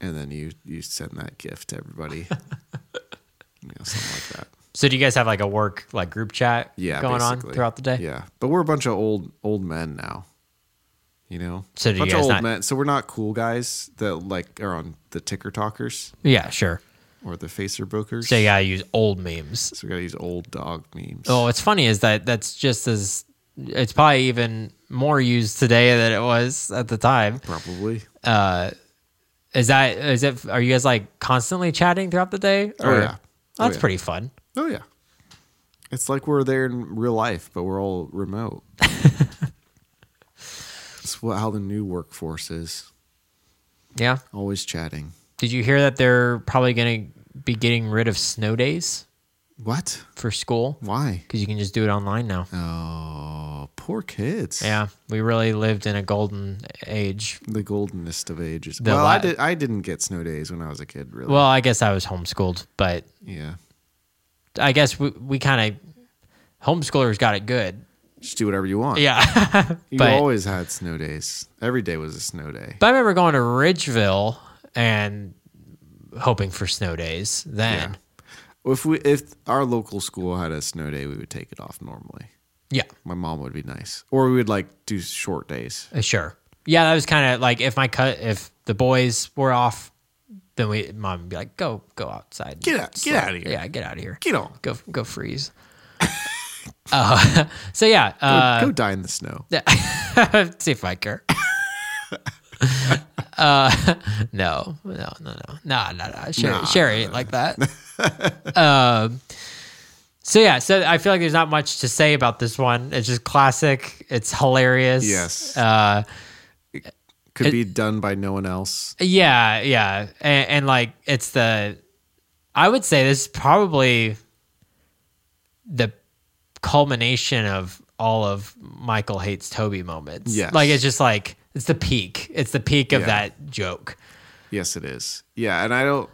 Speaker 1: and then you you send that gift to everybody. you know, something like that.
Speaker 2: so do you guys have like a work like group chat
Speaker 1: yeah,
Speaker 2: going
Speaker 1: basically.
Speaker 2: on throughout the day?
Speaker 1: Yeah, but we're a bunch of old old men now. You know,
Speaker 2: So do you
Speaker 1: bunch
Speaker 2: guys
Speaker 1: of old
Speaker 2: not-
Speaker 1: men. So we're not cool guys that like are on the ticker talkers.
Speaker 2: Yeah, sure.
Speaker 1: or the facer bookers.
Speaker 2: So you gotta use old memes.
Speaker 1: So we gotta use old dog memes.
Speaker 2: Oh, what's funny is that that's just as it's probably even more used today than it was at the time.
Speaker 1: Probably.
Speaker 2: Is that is it? Are you guys like constantly chatting throughout the day?
Speaker 1: Oh, yeah. Oh,
Speaker 2: that's
Speaker 1: yeah.
Speaker 2: pretty fun.
Speaker 1: Oh yeah. It's like we're there in real life, but we're all remote. It's what, how the new workforce is.
Speaker 2: Yeah.
Speaker 1: Always chatting.
Speaker 2: Did you hear that they're probably gonna be getting rid of snow days
Speaker 1: What?
Speaker 2: for school
Speaker 1: Why?
Speaker 2: because you can just do it online now?
Speaker 1: Oh, poor kids.
Speaker 2: Yeah, we really lived in a golden age.
Speaker 1: The goldenest of ages.
Speaker 2: The
Speaker 1: well, I
Speaker 2: la-
Speaker 1: did. I didn't get snow days when I was a kid. Really.
Speaker 2: Well, I guess I was homeschooled, but
Speaker 1: yeah.
Speaker 2: I guess we, we kind of homeschoolers got it good.
Speaker 1: Just do whatever you want.
Speaker 2: Yeah.
Speaker 1: You
Speaker 2: but-
Speaker 1: always had snow days. Every day was a snow day.
Speaker 2: But I remember going to Ridgeville and hoping for snow days then.
Speaker 1: If we, if our local school had a snow day, we would take it off normally.
Speaker 2: Yeah,
Speaker 1: My mom would be nice, or we would like do short days.
Speaker 2: uh, sure. Yeah, that was kind of like if my cut if the boys were off, then we mom would be like, "Go, go outside.
Speaker 1: Get out- get
Speaker 2: Slow-
Speaker 1: outta here.
Speaker 2: Yeah, get out of here.
Speaker 1: Get on.
Speaker 2: Go, go freeze." uh, so yeah, uh,
Speaker 1: Go die in the snow.
Speaker 2: Yeah. See if I care. uh, no, no, no, no, no, no, no. Sherry,
Speaker 1: Nah.
Speaker 2: Sherry ain't like that. um, so yeah, so I feel like there's not much to say about this one. It's just classic. It's hilarious.
Speaker 1: Yes.
Speaker 2: Uh,
Speaker 1: Could be done by no one else.
Speaker 2: yeah, yeah, and, and like it's the, I would say this is probably the culmination of all of Michael hates Toby moments.
Speaker 1: Yes.
Speaker 2: like it's just like it's the peak. It's the peak of
Speaker 1: Yeah.
Speaker 2: that joke.
Speaker 1: Yes, it is. Yeah, and I don't.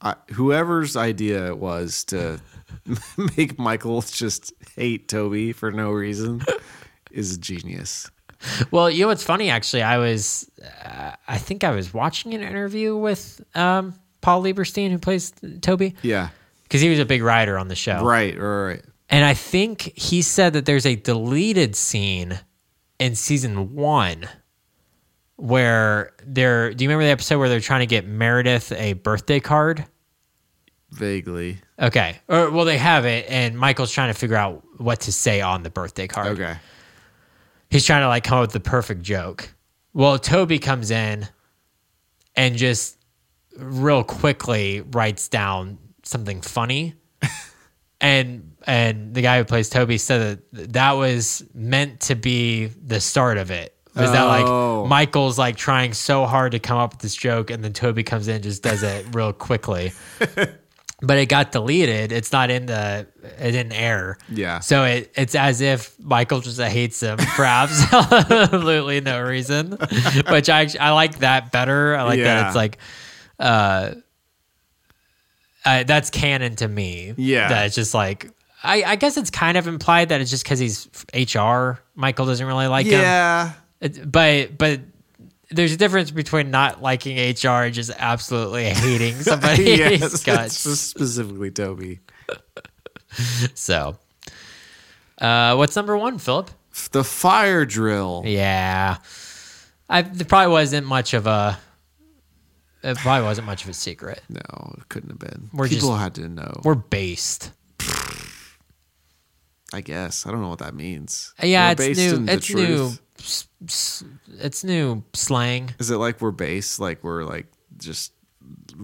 Speaker 1: I, whoever's idea it was to make Michael just hate Toby for no reason is genius.
Speaker 2: Well, you know what's funny? Actually, I was, uh, I think I was watching an interview with um, Paul Lieberstein, who plays Toby,
Speaker 1: Yeah.
Speaker 2: because he was a big writer on the show.
Speaker 1: Right. Right. right.
Speaker 2: And I think he said that there's a deleted scene in season one where they're. Do you remember the episode where they're trying to get Meredith a birthday card?
Speaker 1: Vaguely.
Speaker 2: Okay. Or, well, they have it, and Michael's trying to figure out what to say on the birthday card.
Speaker 1: Okay.
Speaker 2: He's trying to like come up with the perfect joke. Well, Toby comes in and just real quickly writes down something funny. and and the guy who plays Toby said that that was meant to be the start of it. Was that
Speaker 1: Oh.
Speaker 2: like Michael's like trying so hard to come up with this joke and then Toby comes in and just does it real quickly. But it got deleted. It's not in the it didn't air.
Speaker 1: Yeah.
Speaker 2: So it, it's as if Michael just hates him for absolutely no reason, which I actu- I like that better. I like that
Speaker 1: Yeah.
Speaker 2: it's like, uh, uh, that's canon to me.
Speaker 1: Yeah.
Speaker 2: that it's just like I, I guess it's kind of implied that it's just because he's HR. Michael doesn't really like him,
Speaker 1: Yeah.
Speaker 2: It- but but. There's a difference between not liking HR and just absolutely hating somebody.
Speaker 1: yes.
Speaker 2: guts.
Speaker 1: It's just specifically Toby.
Speaker 2: So, uh, what's number one, Philip?
Speaker 1: F- The fire drill.
Speaker 2: Yeah, I there probably wasn't much of a. It probably wasn't much of a secret.
Speaker 1: No, it couldn't have been.
Speaker 2: We're
Speaker 1: People
Speaker 2: just-
Speaker 1: had to know.
Speaker 2: We're based.
Speaker 1: I guess. I don't know what that means.
Speaker 2: Uh, Yeah,
Speaker 1: We're
Speaker 2: it's
Speaker 1: based
Speaker 2: new.
Speaker 1: in the
Speaker 2: It's new.
Speaker 1: truth.
Speaker 2: s- s- It's new slang.
Speaker 1: Is it like we're based? Like we're like just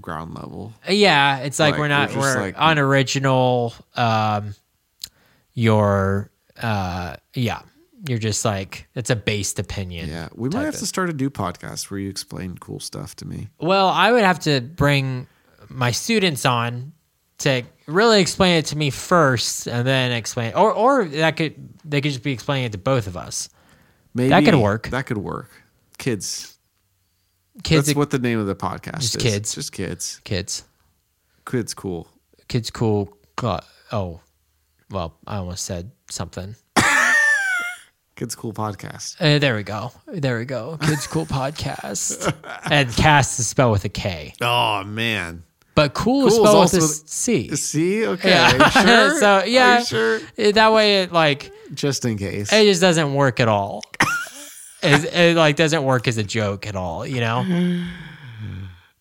Speaker 1: ground level?
Speaker 2: Uh, Yeah, it's like,
Speaker 1: Like,
Speaker 2: we're not
Speaker 1: we're just
Speaker 2: we're,
Speaker 1: like-
Speaker 2: unoriginal. Um, your uh, yeah, you're just like it's a based opinion.
Speaker 1: Yeah, we might
Speaker 2: type
Speaker 1: have
Speaker 2: it.
Speaker 1: to start a new podcast where you explain cool stuff to me.
Speaker 2: Well, I would have to bring my students on to really explain it to me first, and then explain, or or that could they could just be explaining it to both of us.
Speaker 1: Maybe
Speaker 2: could work.
Speaker 1: That could work. Kids.
Speaker 2: Kids,
Speaker 1: That's what the name of the podcast
Speaker 2: Just
Speaker 1: is.
Speaker 2: kids.
Speaker 1: Just kids.
Speaker 2: kids,
Speaker 1: Kids cool.
Speaker 2: kids, cool. cla- Oh, well, I almost said something.
Speaker 1: Kids cool podcast.
Speaker 2: Uh, there we go. There we go. Kids, cool podcast, and cast is spelled with a K,
Speaker 1: Oh man.
Speaker 2: but cool, is
Speaker 1: Cool is
Speaker 2: spelled with
Speaker 1: also
Speaker 2: a s- C.
Speaker 1: See? Okay.
Speaker 2: Yeah.
Speaker 1: Are you sure?
Speaker 2: So,
Speaker 1: Are you
Speaker 2: yeah.
Speaker 1: sure?
Speaker 2: That way, it like.
Speaker 1: Just in case.
Speaker 2: it just doesn't work at all. it, it like doesn't work as a
Speaker 1: Mm-hmm.
Speaker 2: joke at all, you know?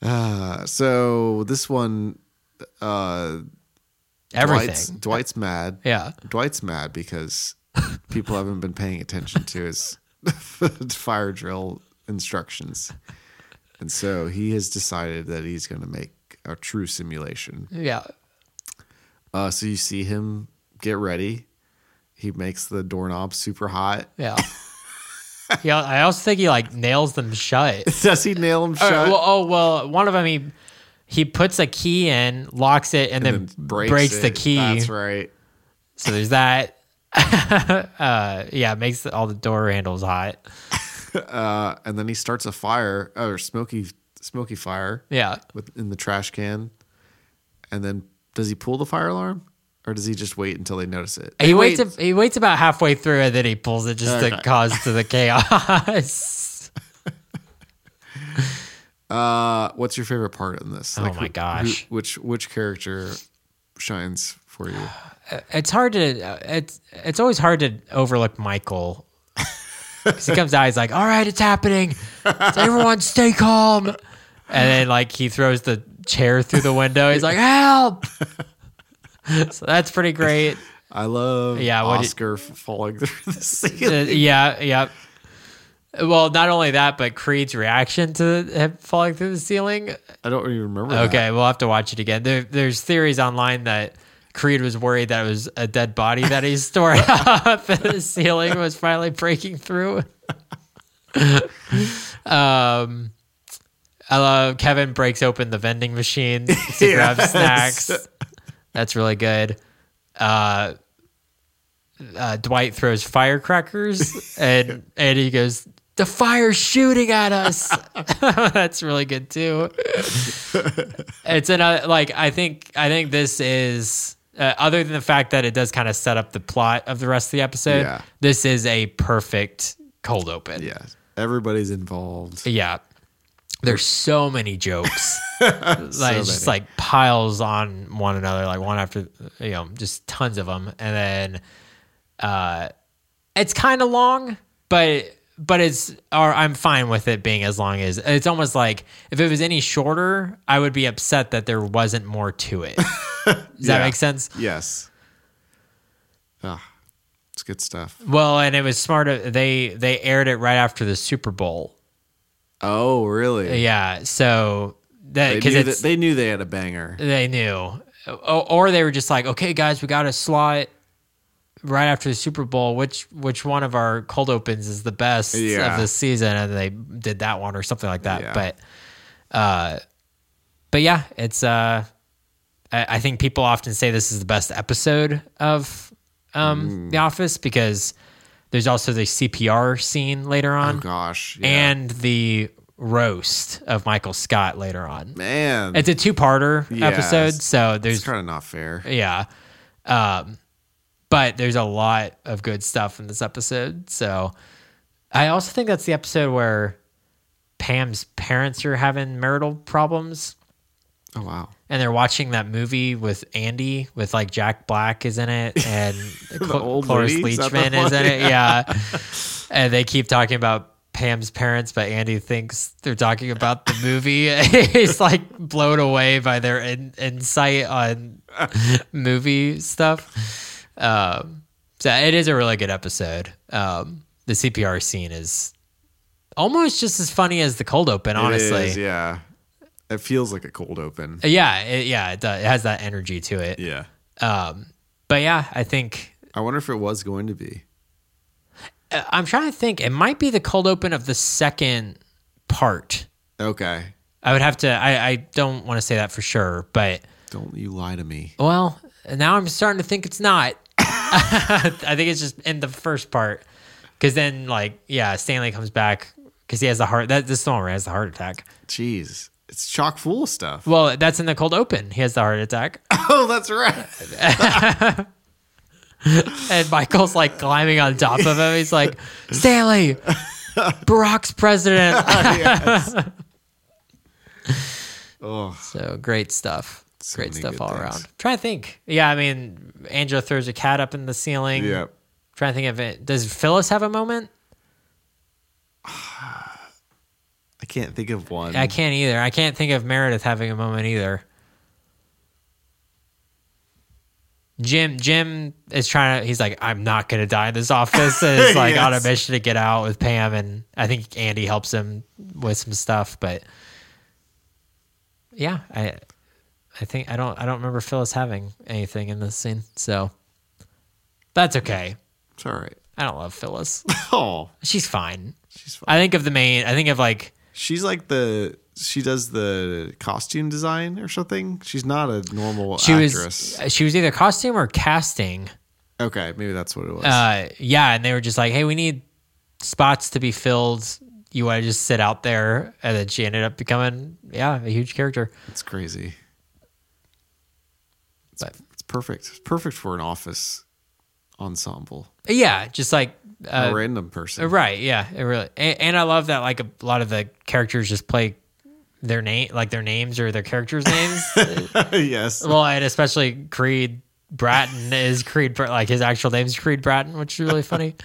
Speaker 1: Uh, so this one uh,
Speaker 2: Everything.
Speaker 1: Dwight's, Dwight's mad.
Speaker 2: Yeah.
Speaker 1: Dwight's mad because people haven't been paying attention to his fire drill instructions. And so he has decided that he's going to make a true simulation.
Speaker 2: Yeah.
Speaker 1: Uh, so you see him get ready. He makes the doorknob super hot.
Speaker 2: Yeah. yeah. I also think he like nails them shut.
Speaker 1: Does he nail him
Speaker 2: Or,
Speaker 1: shut?
Speaker 2: well, oh well, one of them he he puts a key in, locks it, and,
Speaker 1: and
Speaker 2: then, breaks, the
Speaker 1: it.
Speaker 2: key.
Speaker 1: That's right.
Speaker 2: So there's that. uh, yeah, it makes all the door handles hot.
Speaker 1: Uh, and then he starts a fire or smoky smoky fire
Speaker 2: Yeah,
Speaker 1: with in the trash can. And then does he pull the fire alarm or does he just wait until they notice it?
Speaker 2: he, waits. ab- he waits about halfway through, and then he pulls it just
Speaker 1: Okay.
Speaker 2: to cause to the chaos.
Speaker 1: Uh, what's your favorite part in this?
Speaker 2: Oh my gosh.
Speaker 1: which which character shines for you?
Speaker 2: it's hard to. uh, It's it's always hard to overlook Michael. 'Cause he comes out, he's like, "All right, it's happening. Everyone, stay calm." And then, like, he throws the chair through the window. He's like, "Help!" so that's pretty great.
Speaker 1: I love
Speaker 2: Yeah, what do you-
Speaker 1: Oscar f falling through the
Speaker 2: Uh,
Speaker 1: ceiling.
Speaker 2: yeah, yeah. Well, not only that, but Creed's reaction to him falling through the ceiling.
Speaker 1: I don't even remember. that.
Speaker 2: Okay, we'll have to watch it again. There, there's theories online that Creed was worried that it was a dead body that he stored up, and the ceiling was finally breaking through. um, I love Kevin breaks open the vending machine to grab
Speaker 1: Yes.
Speaker 2: snacks. That's really good. Uh, uh, Dwight throws firecrackers, and and he goes, "The fire's shooting at us." That's really good too. it's another like I think I think this is uh, other than the fact that it does kind of set up the plot of the rest of the episode.
Speaker 1: Yeah.
Speaker 2: This is a perfect cold open.
Speaker 1: Yeah, everybody's involved.
Speaker 2: Yeah. There's so many jokes. like it's just
Speaker 1: many.
Speaker 2: like piles on one another, like one after you know, just tons of them. And then uh it's kind of long, but but it's or I'm fine with it being as long as it's almost like if it was any shorter, I would be upset that there wasn't more to it. Does that
Speaker 1: Yeah.
Speaker 2: make sense?
Speaker 1: Yes. Ah, it's good stuff.
Speaker 2: Well, and it was smart of- they they aired it right after the Super Bowl.
Speaker 1: Oh, really?
Speaker 2: Yeah, so that
Speaker 1: They
Speaker 2: because
Speaker 1: knew, that,
Speaker 2: it's
Speaker 1: they knew they had a banger.
Speaker 2: They knew. O- Or they were just like, okay, guys, we got a slot right after the Super Bowl. Which which one of our cold opens is the best
Speaker 1: Yeah.
Speaker 2: of the season? And they did that one or something like that.
Speaker 1: Yeah.
Speaker 2: But, uh, but yeah, it's. Uh, I, I think people often say this is the best episode of um,
Speaker 1: Mm.
Speaker 2: The Office because there's also the CPR scene later
Speaker 1: Oh
Speaker 2: on
Speaker 1: gosh. Yeah.
Speaker 2: and the roast of Michael Scott later on.
Speaker 1: man,
Speaker 2: It's a two-parter
Speaker 1: Yeah,
Speaker 2: episode,
Speaker 1: it's-
Speaker 2: so
Speaker 1: it's
Speaker 2: there's
Speaker 1: kind of not fair.
Speaker 2: yeah, um, but there's a lot of good stuff in this episode. So I also think that's the episode where Pam's parents are having marital problems,
Speaker 1: Oh wow.
Speaker 2: and they're watching that movie with Andy, with like Jack Black is in it, and Cl-
Speaker 1: old
Speaker 2: Cloris
Speaker 1: lady? Is that the
Speaker 2: Leachman is in
Speaker 1: one?
Speaker 2: it. Yeah, and they keep talking about. Pam's parents, but Andy thinks they're talking about the movie. He's like blown away by their in- insight on movie stuff. Um, so it is a really good episode. Um, the CPR scene is almost just as funny as the cold open, honestly.
Speaker 1: It is, yeah. It feels like a cold open.
Speaker 2: Yeah, it, yeah, it, does. it has that energy to it.
Speaker 1: Yeah.
Speaker 2: Um, but yeah, I think
Speaker 1: I wonder if it was going to be.
Speaker 2: I- I'm trying to think. It might be the cold open of the second part.
Speaker 1: Okay.
Speaker 2: I would have to. I, I don't want to say that for sure, but
Speaker 1: Don't you lie to me.
Speaker 2: well, now I'm starting to think it's not. I think it's just in the first part, because then like yeah, Stanley comes back because he has the heart. That this is the one where he has the heart attack.
Speaker 1: Jeez. It's chock full of stuff.
Speaker 2: Well, that's in the cold open. He has the heart attack.
Speaker 1: Oh, that's right.
Speaker 2: and Michael's like climbing on top of him. He's like, Stanley, Barack's president.
Speaker 1: Oh,
Speaker 2: so great stuff.
Speaker 1: So
Speaker 2: great
Speaker 1: many
Speaker 2: stuff
Speaker 1: good
Speaker 2: all
Speaker 1: things.
Speaker 2: around. Trying to think. Yeah, I mean, Angela throws a cat up in the ceiling.
Speaker 1: yeah.
Speaker 2: Trying to think of it. Does Phyllis have a moment?
Speaker 1: I can't think of one.
Speaker 2: I can't either. I can't think of Meredith having a moment either. Jim Jim is trying to he's like, I'm not gonna die in this office. And it's like on a
Speaker 1: Yes.
Speaker 2: mission to get out with Pam and I think Andy helps him with some stuff, but yeah, I I think I don't I don't remember Phyllis having anything in this scene, so that's okay.
Speaker 1: It's all right.
Speaker 2: I don't love Phyllis.
Speaker 1: Oh,
Speaker 2: She's fine.
Speaker 1: she's fine.
Speaker 2: I think of the main I think of like
Speaker 1: She's like the she does the costume design or something. She's not a normal
Speaker 2: she
Speaker 1: actress.
Speaker 2: was she was either costume or casting.
Speaker 1: okay, maybe that's what it was.
Speaker 2: uh, yeah, and they were just like, "Hey, we need spots to be filled. You want to just sit out there?" And then she ended up becoming, yeah, a huge character.
Speaker 1: it's crazy. It's,
Speaker 2: But-
Speaker 1: it's perfect. It's perfect for an office ensemble.
Speaker 2: Yeah, just like
Speaker 1: a
Speaker 2: uh,
Speaker 1: random person.
Speaker 2: right, yeah, it really. And, and I love that like a lot of the characters just play their name, like their names or their characters' names.
Speaker 1: yes.
Speaker 2: well, and especially Creed Bratton is Creed, Br- like his actual name's Creed Bratton, which is really funny.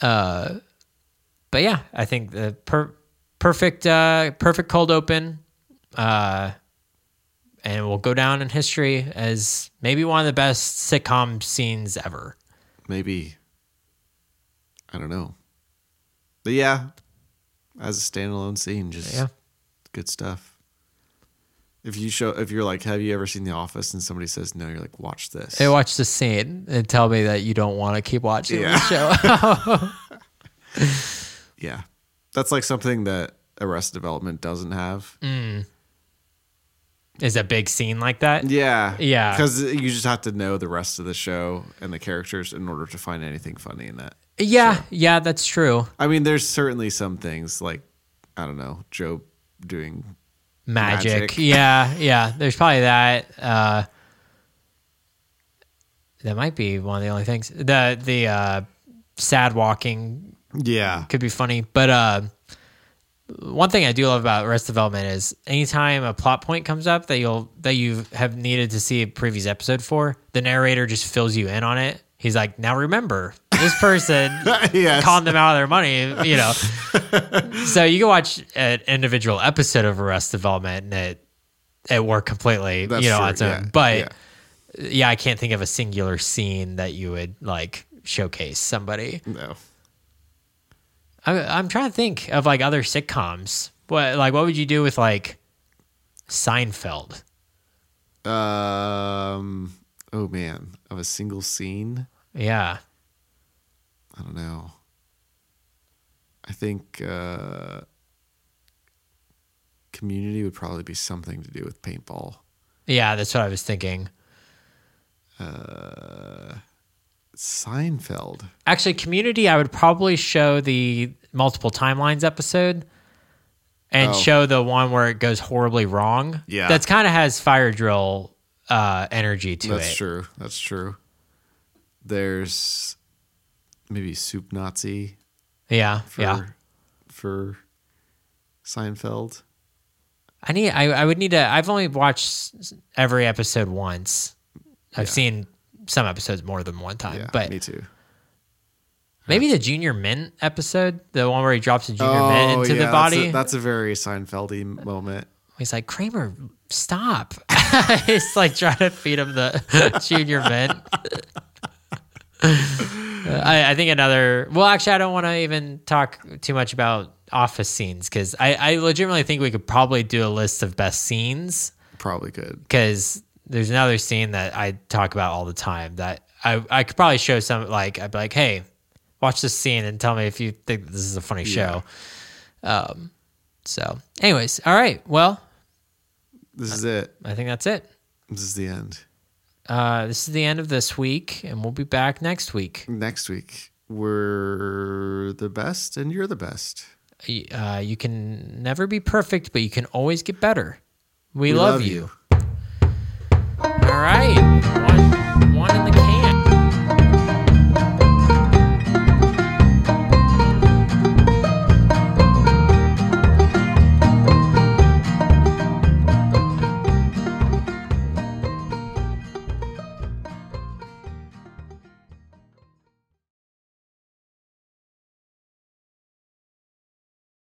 Speaker 2: uh, but yeah, I think the per- perfect, uh, perfect cold open, uh, and will go down in history as maybe one of the best sitcom scenes ever.
Speaker 1: Maybe. I don't know. But yeah, as a standalone scene, just
Speaker 2: Yeah.
Speaker 1: good stuff. If you show, if you're like, have you ever seen The Office? And somebody says no, you're like, watch this.
Speaker 2: Hey, watch the scene and tell me that you don't want to keep watching
Speaker 1: Yeah.
Speaker 2: the show.
Speaker 1: yeah, that's like something that Arrest Development doesn't have.
Speaker 2: is a big scene like that.
Speaker 1: Yeah,
Speaker 2: Yeah.
Speaker 1: because you just have to know the rest of the show and the characters in order to find anything funny in that.
Speaker 2: Yeah, yeah, that's true.
Speaker 1: I mean, there's certainly some things like, I don't know, Joe doing
Speaker 2: magic.
Speaker 1: Magic.
Speaker 2: Yeah, yeah. There's probably that. Uh, that might be one of the only things. The the uh, sad walking
Speaker 1: yeah,
Speaker 2: could be funny, but uh, one thing I do love about Rest Development is anytime a plot point comes up that you'll that you have needed to see a previous episode for, the narrator just fills you in on it. He's like, now remember this person
Speaker 1: yes,
Speaker 2: con them out of their money, you know. so you can watch an individual episode of Arrest Development and it it worked completely,
Speaker 1: That's
Speaker 2: you know,
Speaker 1: true,
Speaker 2: on its own.
Speaker 1: yeah,
Speaker 2: But
Speaker 1: yeah.
Speaker 2: yeah. I can't think of a singular scene that you would like showcase somebody.
Speaker 1: no.
Speaker 2: I, I'm trying to think of like other sitcoms. What like what would you do with like Seinfeld?
Speaker 1: Um. Oh man, of a single scene.
Speaker 2: Yeah,
Speaker 1: I don't know. I think uh, community would probably be something to do with paintball.
Speaker 2: yeah, that's what I was thinking.
Speaker 1: Seinfeld.
Speaker 2: Actually, Community, I would probably show the multiple timelines episode and
Speaker 1: Oh.
Speaker 2: show the one where it goes horribly wrong.
Speaker 1: Yeah.
Speaker 2: That's kind of has fire drill uh, energy to
Speaker 1: That's
Speaker 2: it.
Speaker 1: true. That's true. There's maybe soup Nazi
Speaker 2: Yeah.
Speaker 1: for
Speaker 2: yeah.
Speaker 1: for Seinfeld.
Speaker 2: I need, I, I would need to, I've only watched s- every episode once. I've seen some episodes more than one time,
Speaker 1: Yeah,
Speaker 2: Uh, but
Speaker 1: me too.
Speaker 2: maybe the Junior Mint episode, the one where he drops a Junior
Speaker 1: Oh,
Speaker 2: Mint into
Speaker 1: yeah, that's
Speaker 2: the body.
Speaker 1: a- that's a very Seinfeldy moment.
Speaker 2: He's like, Kramer, stop. He's like trying to feed him the junior mint. I, I think another, well, actually, I don't want to even talk too much about office scenes because I, I legitimately think we could probably do a list of best scenes
Speaker 1: Probably good.
Speaker 2: because there's another scene that I talk about all the time that I, I could probably show some, like, I'd be like, hey, watch this scene and tell me if you think this is a funny show. Um, so, anyways, all right. Well,
Speaker 1: This is it.
Speaker 2: I think that's it.
Speaker 1: This is the end.
Speaker 2: Uh, this is the end of this week, and we'll be back next week.
Speaker 1: Next week, we're the best and you're the best.
Speaker 2: Y- Uh, you can never be perfect, but you can always get better. We,
Speaker 1: We
Speaker 2: love,
Speaker 1: love
Speaker 2: you. All right. One, one in the can.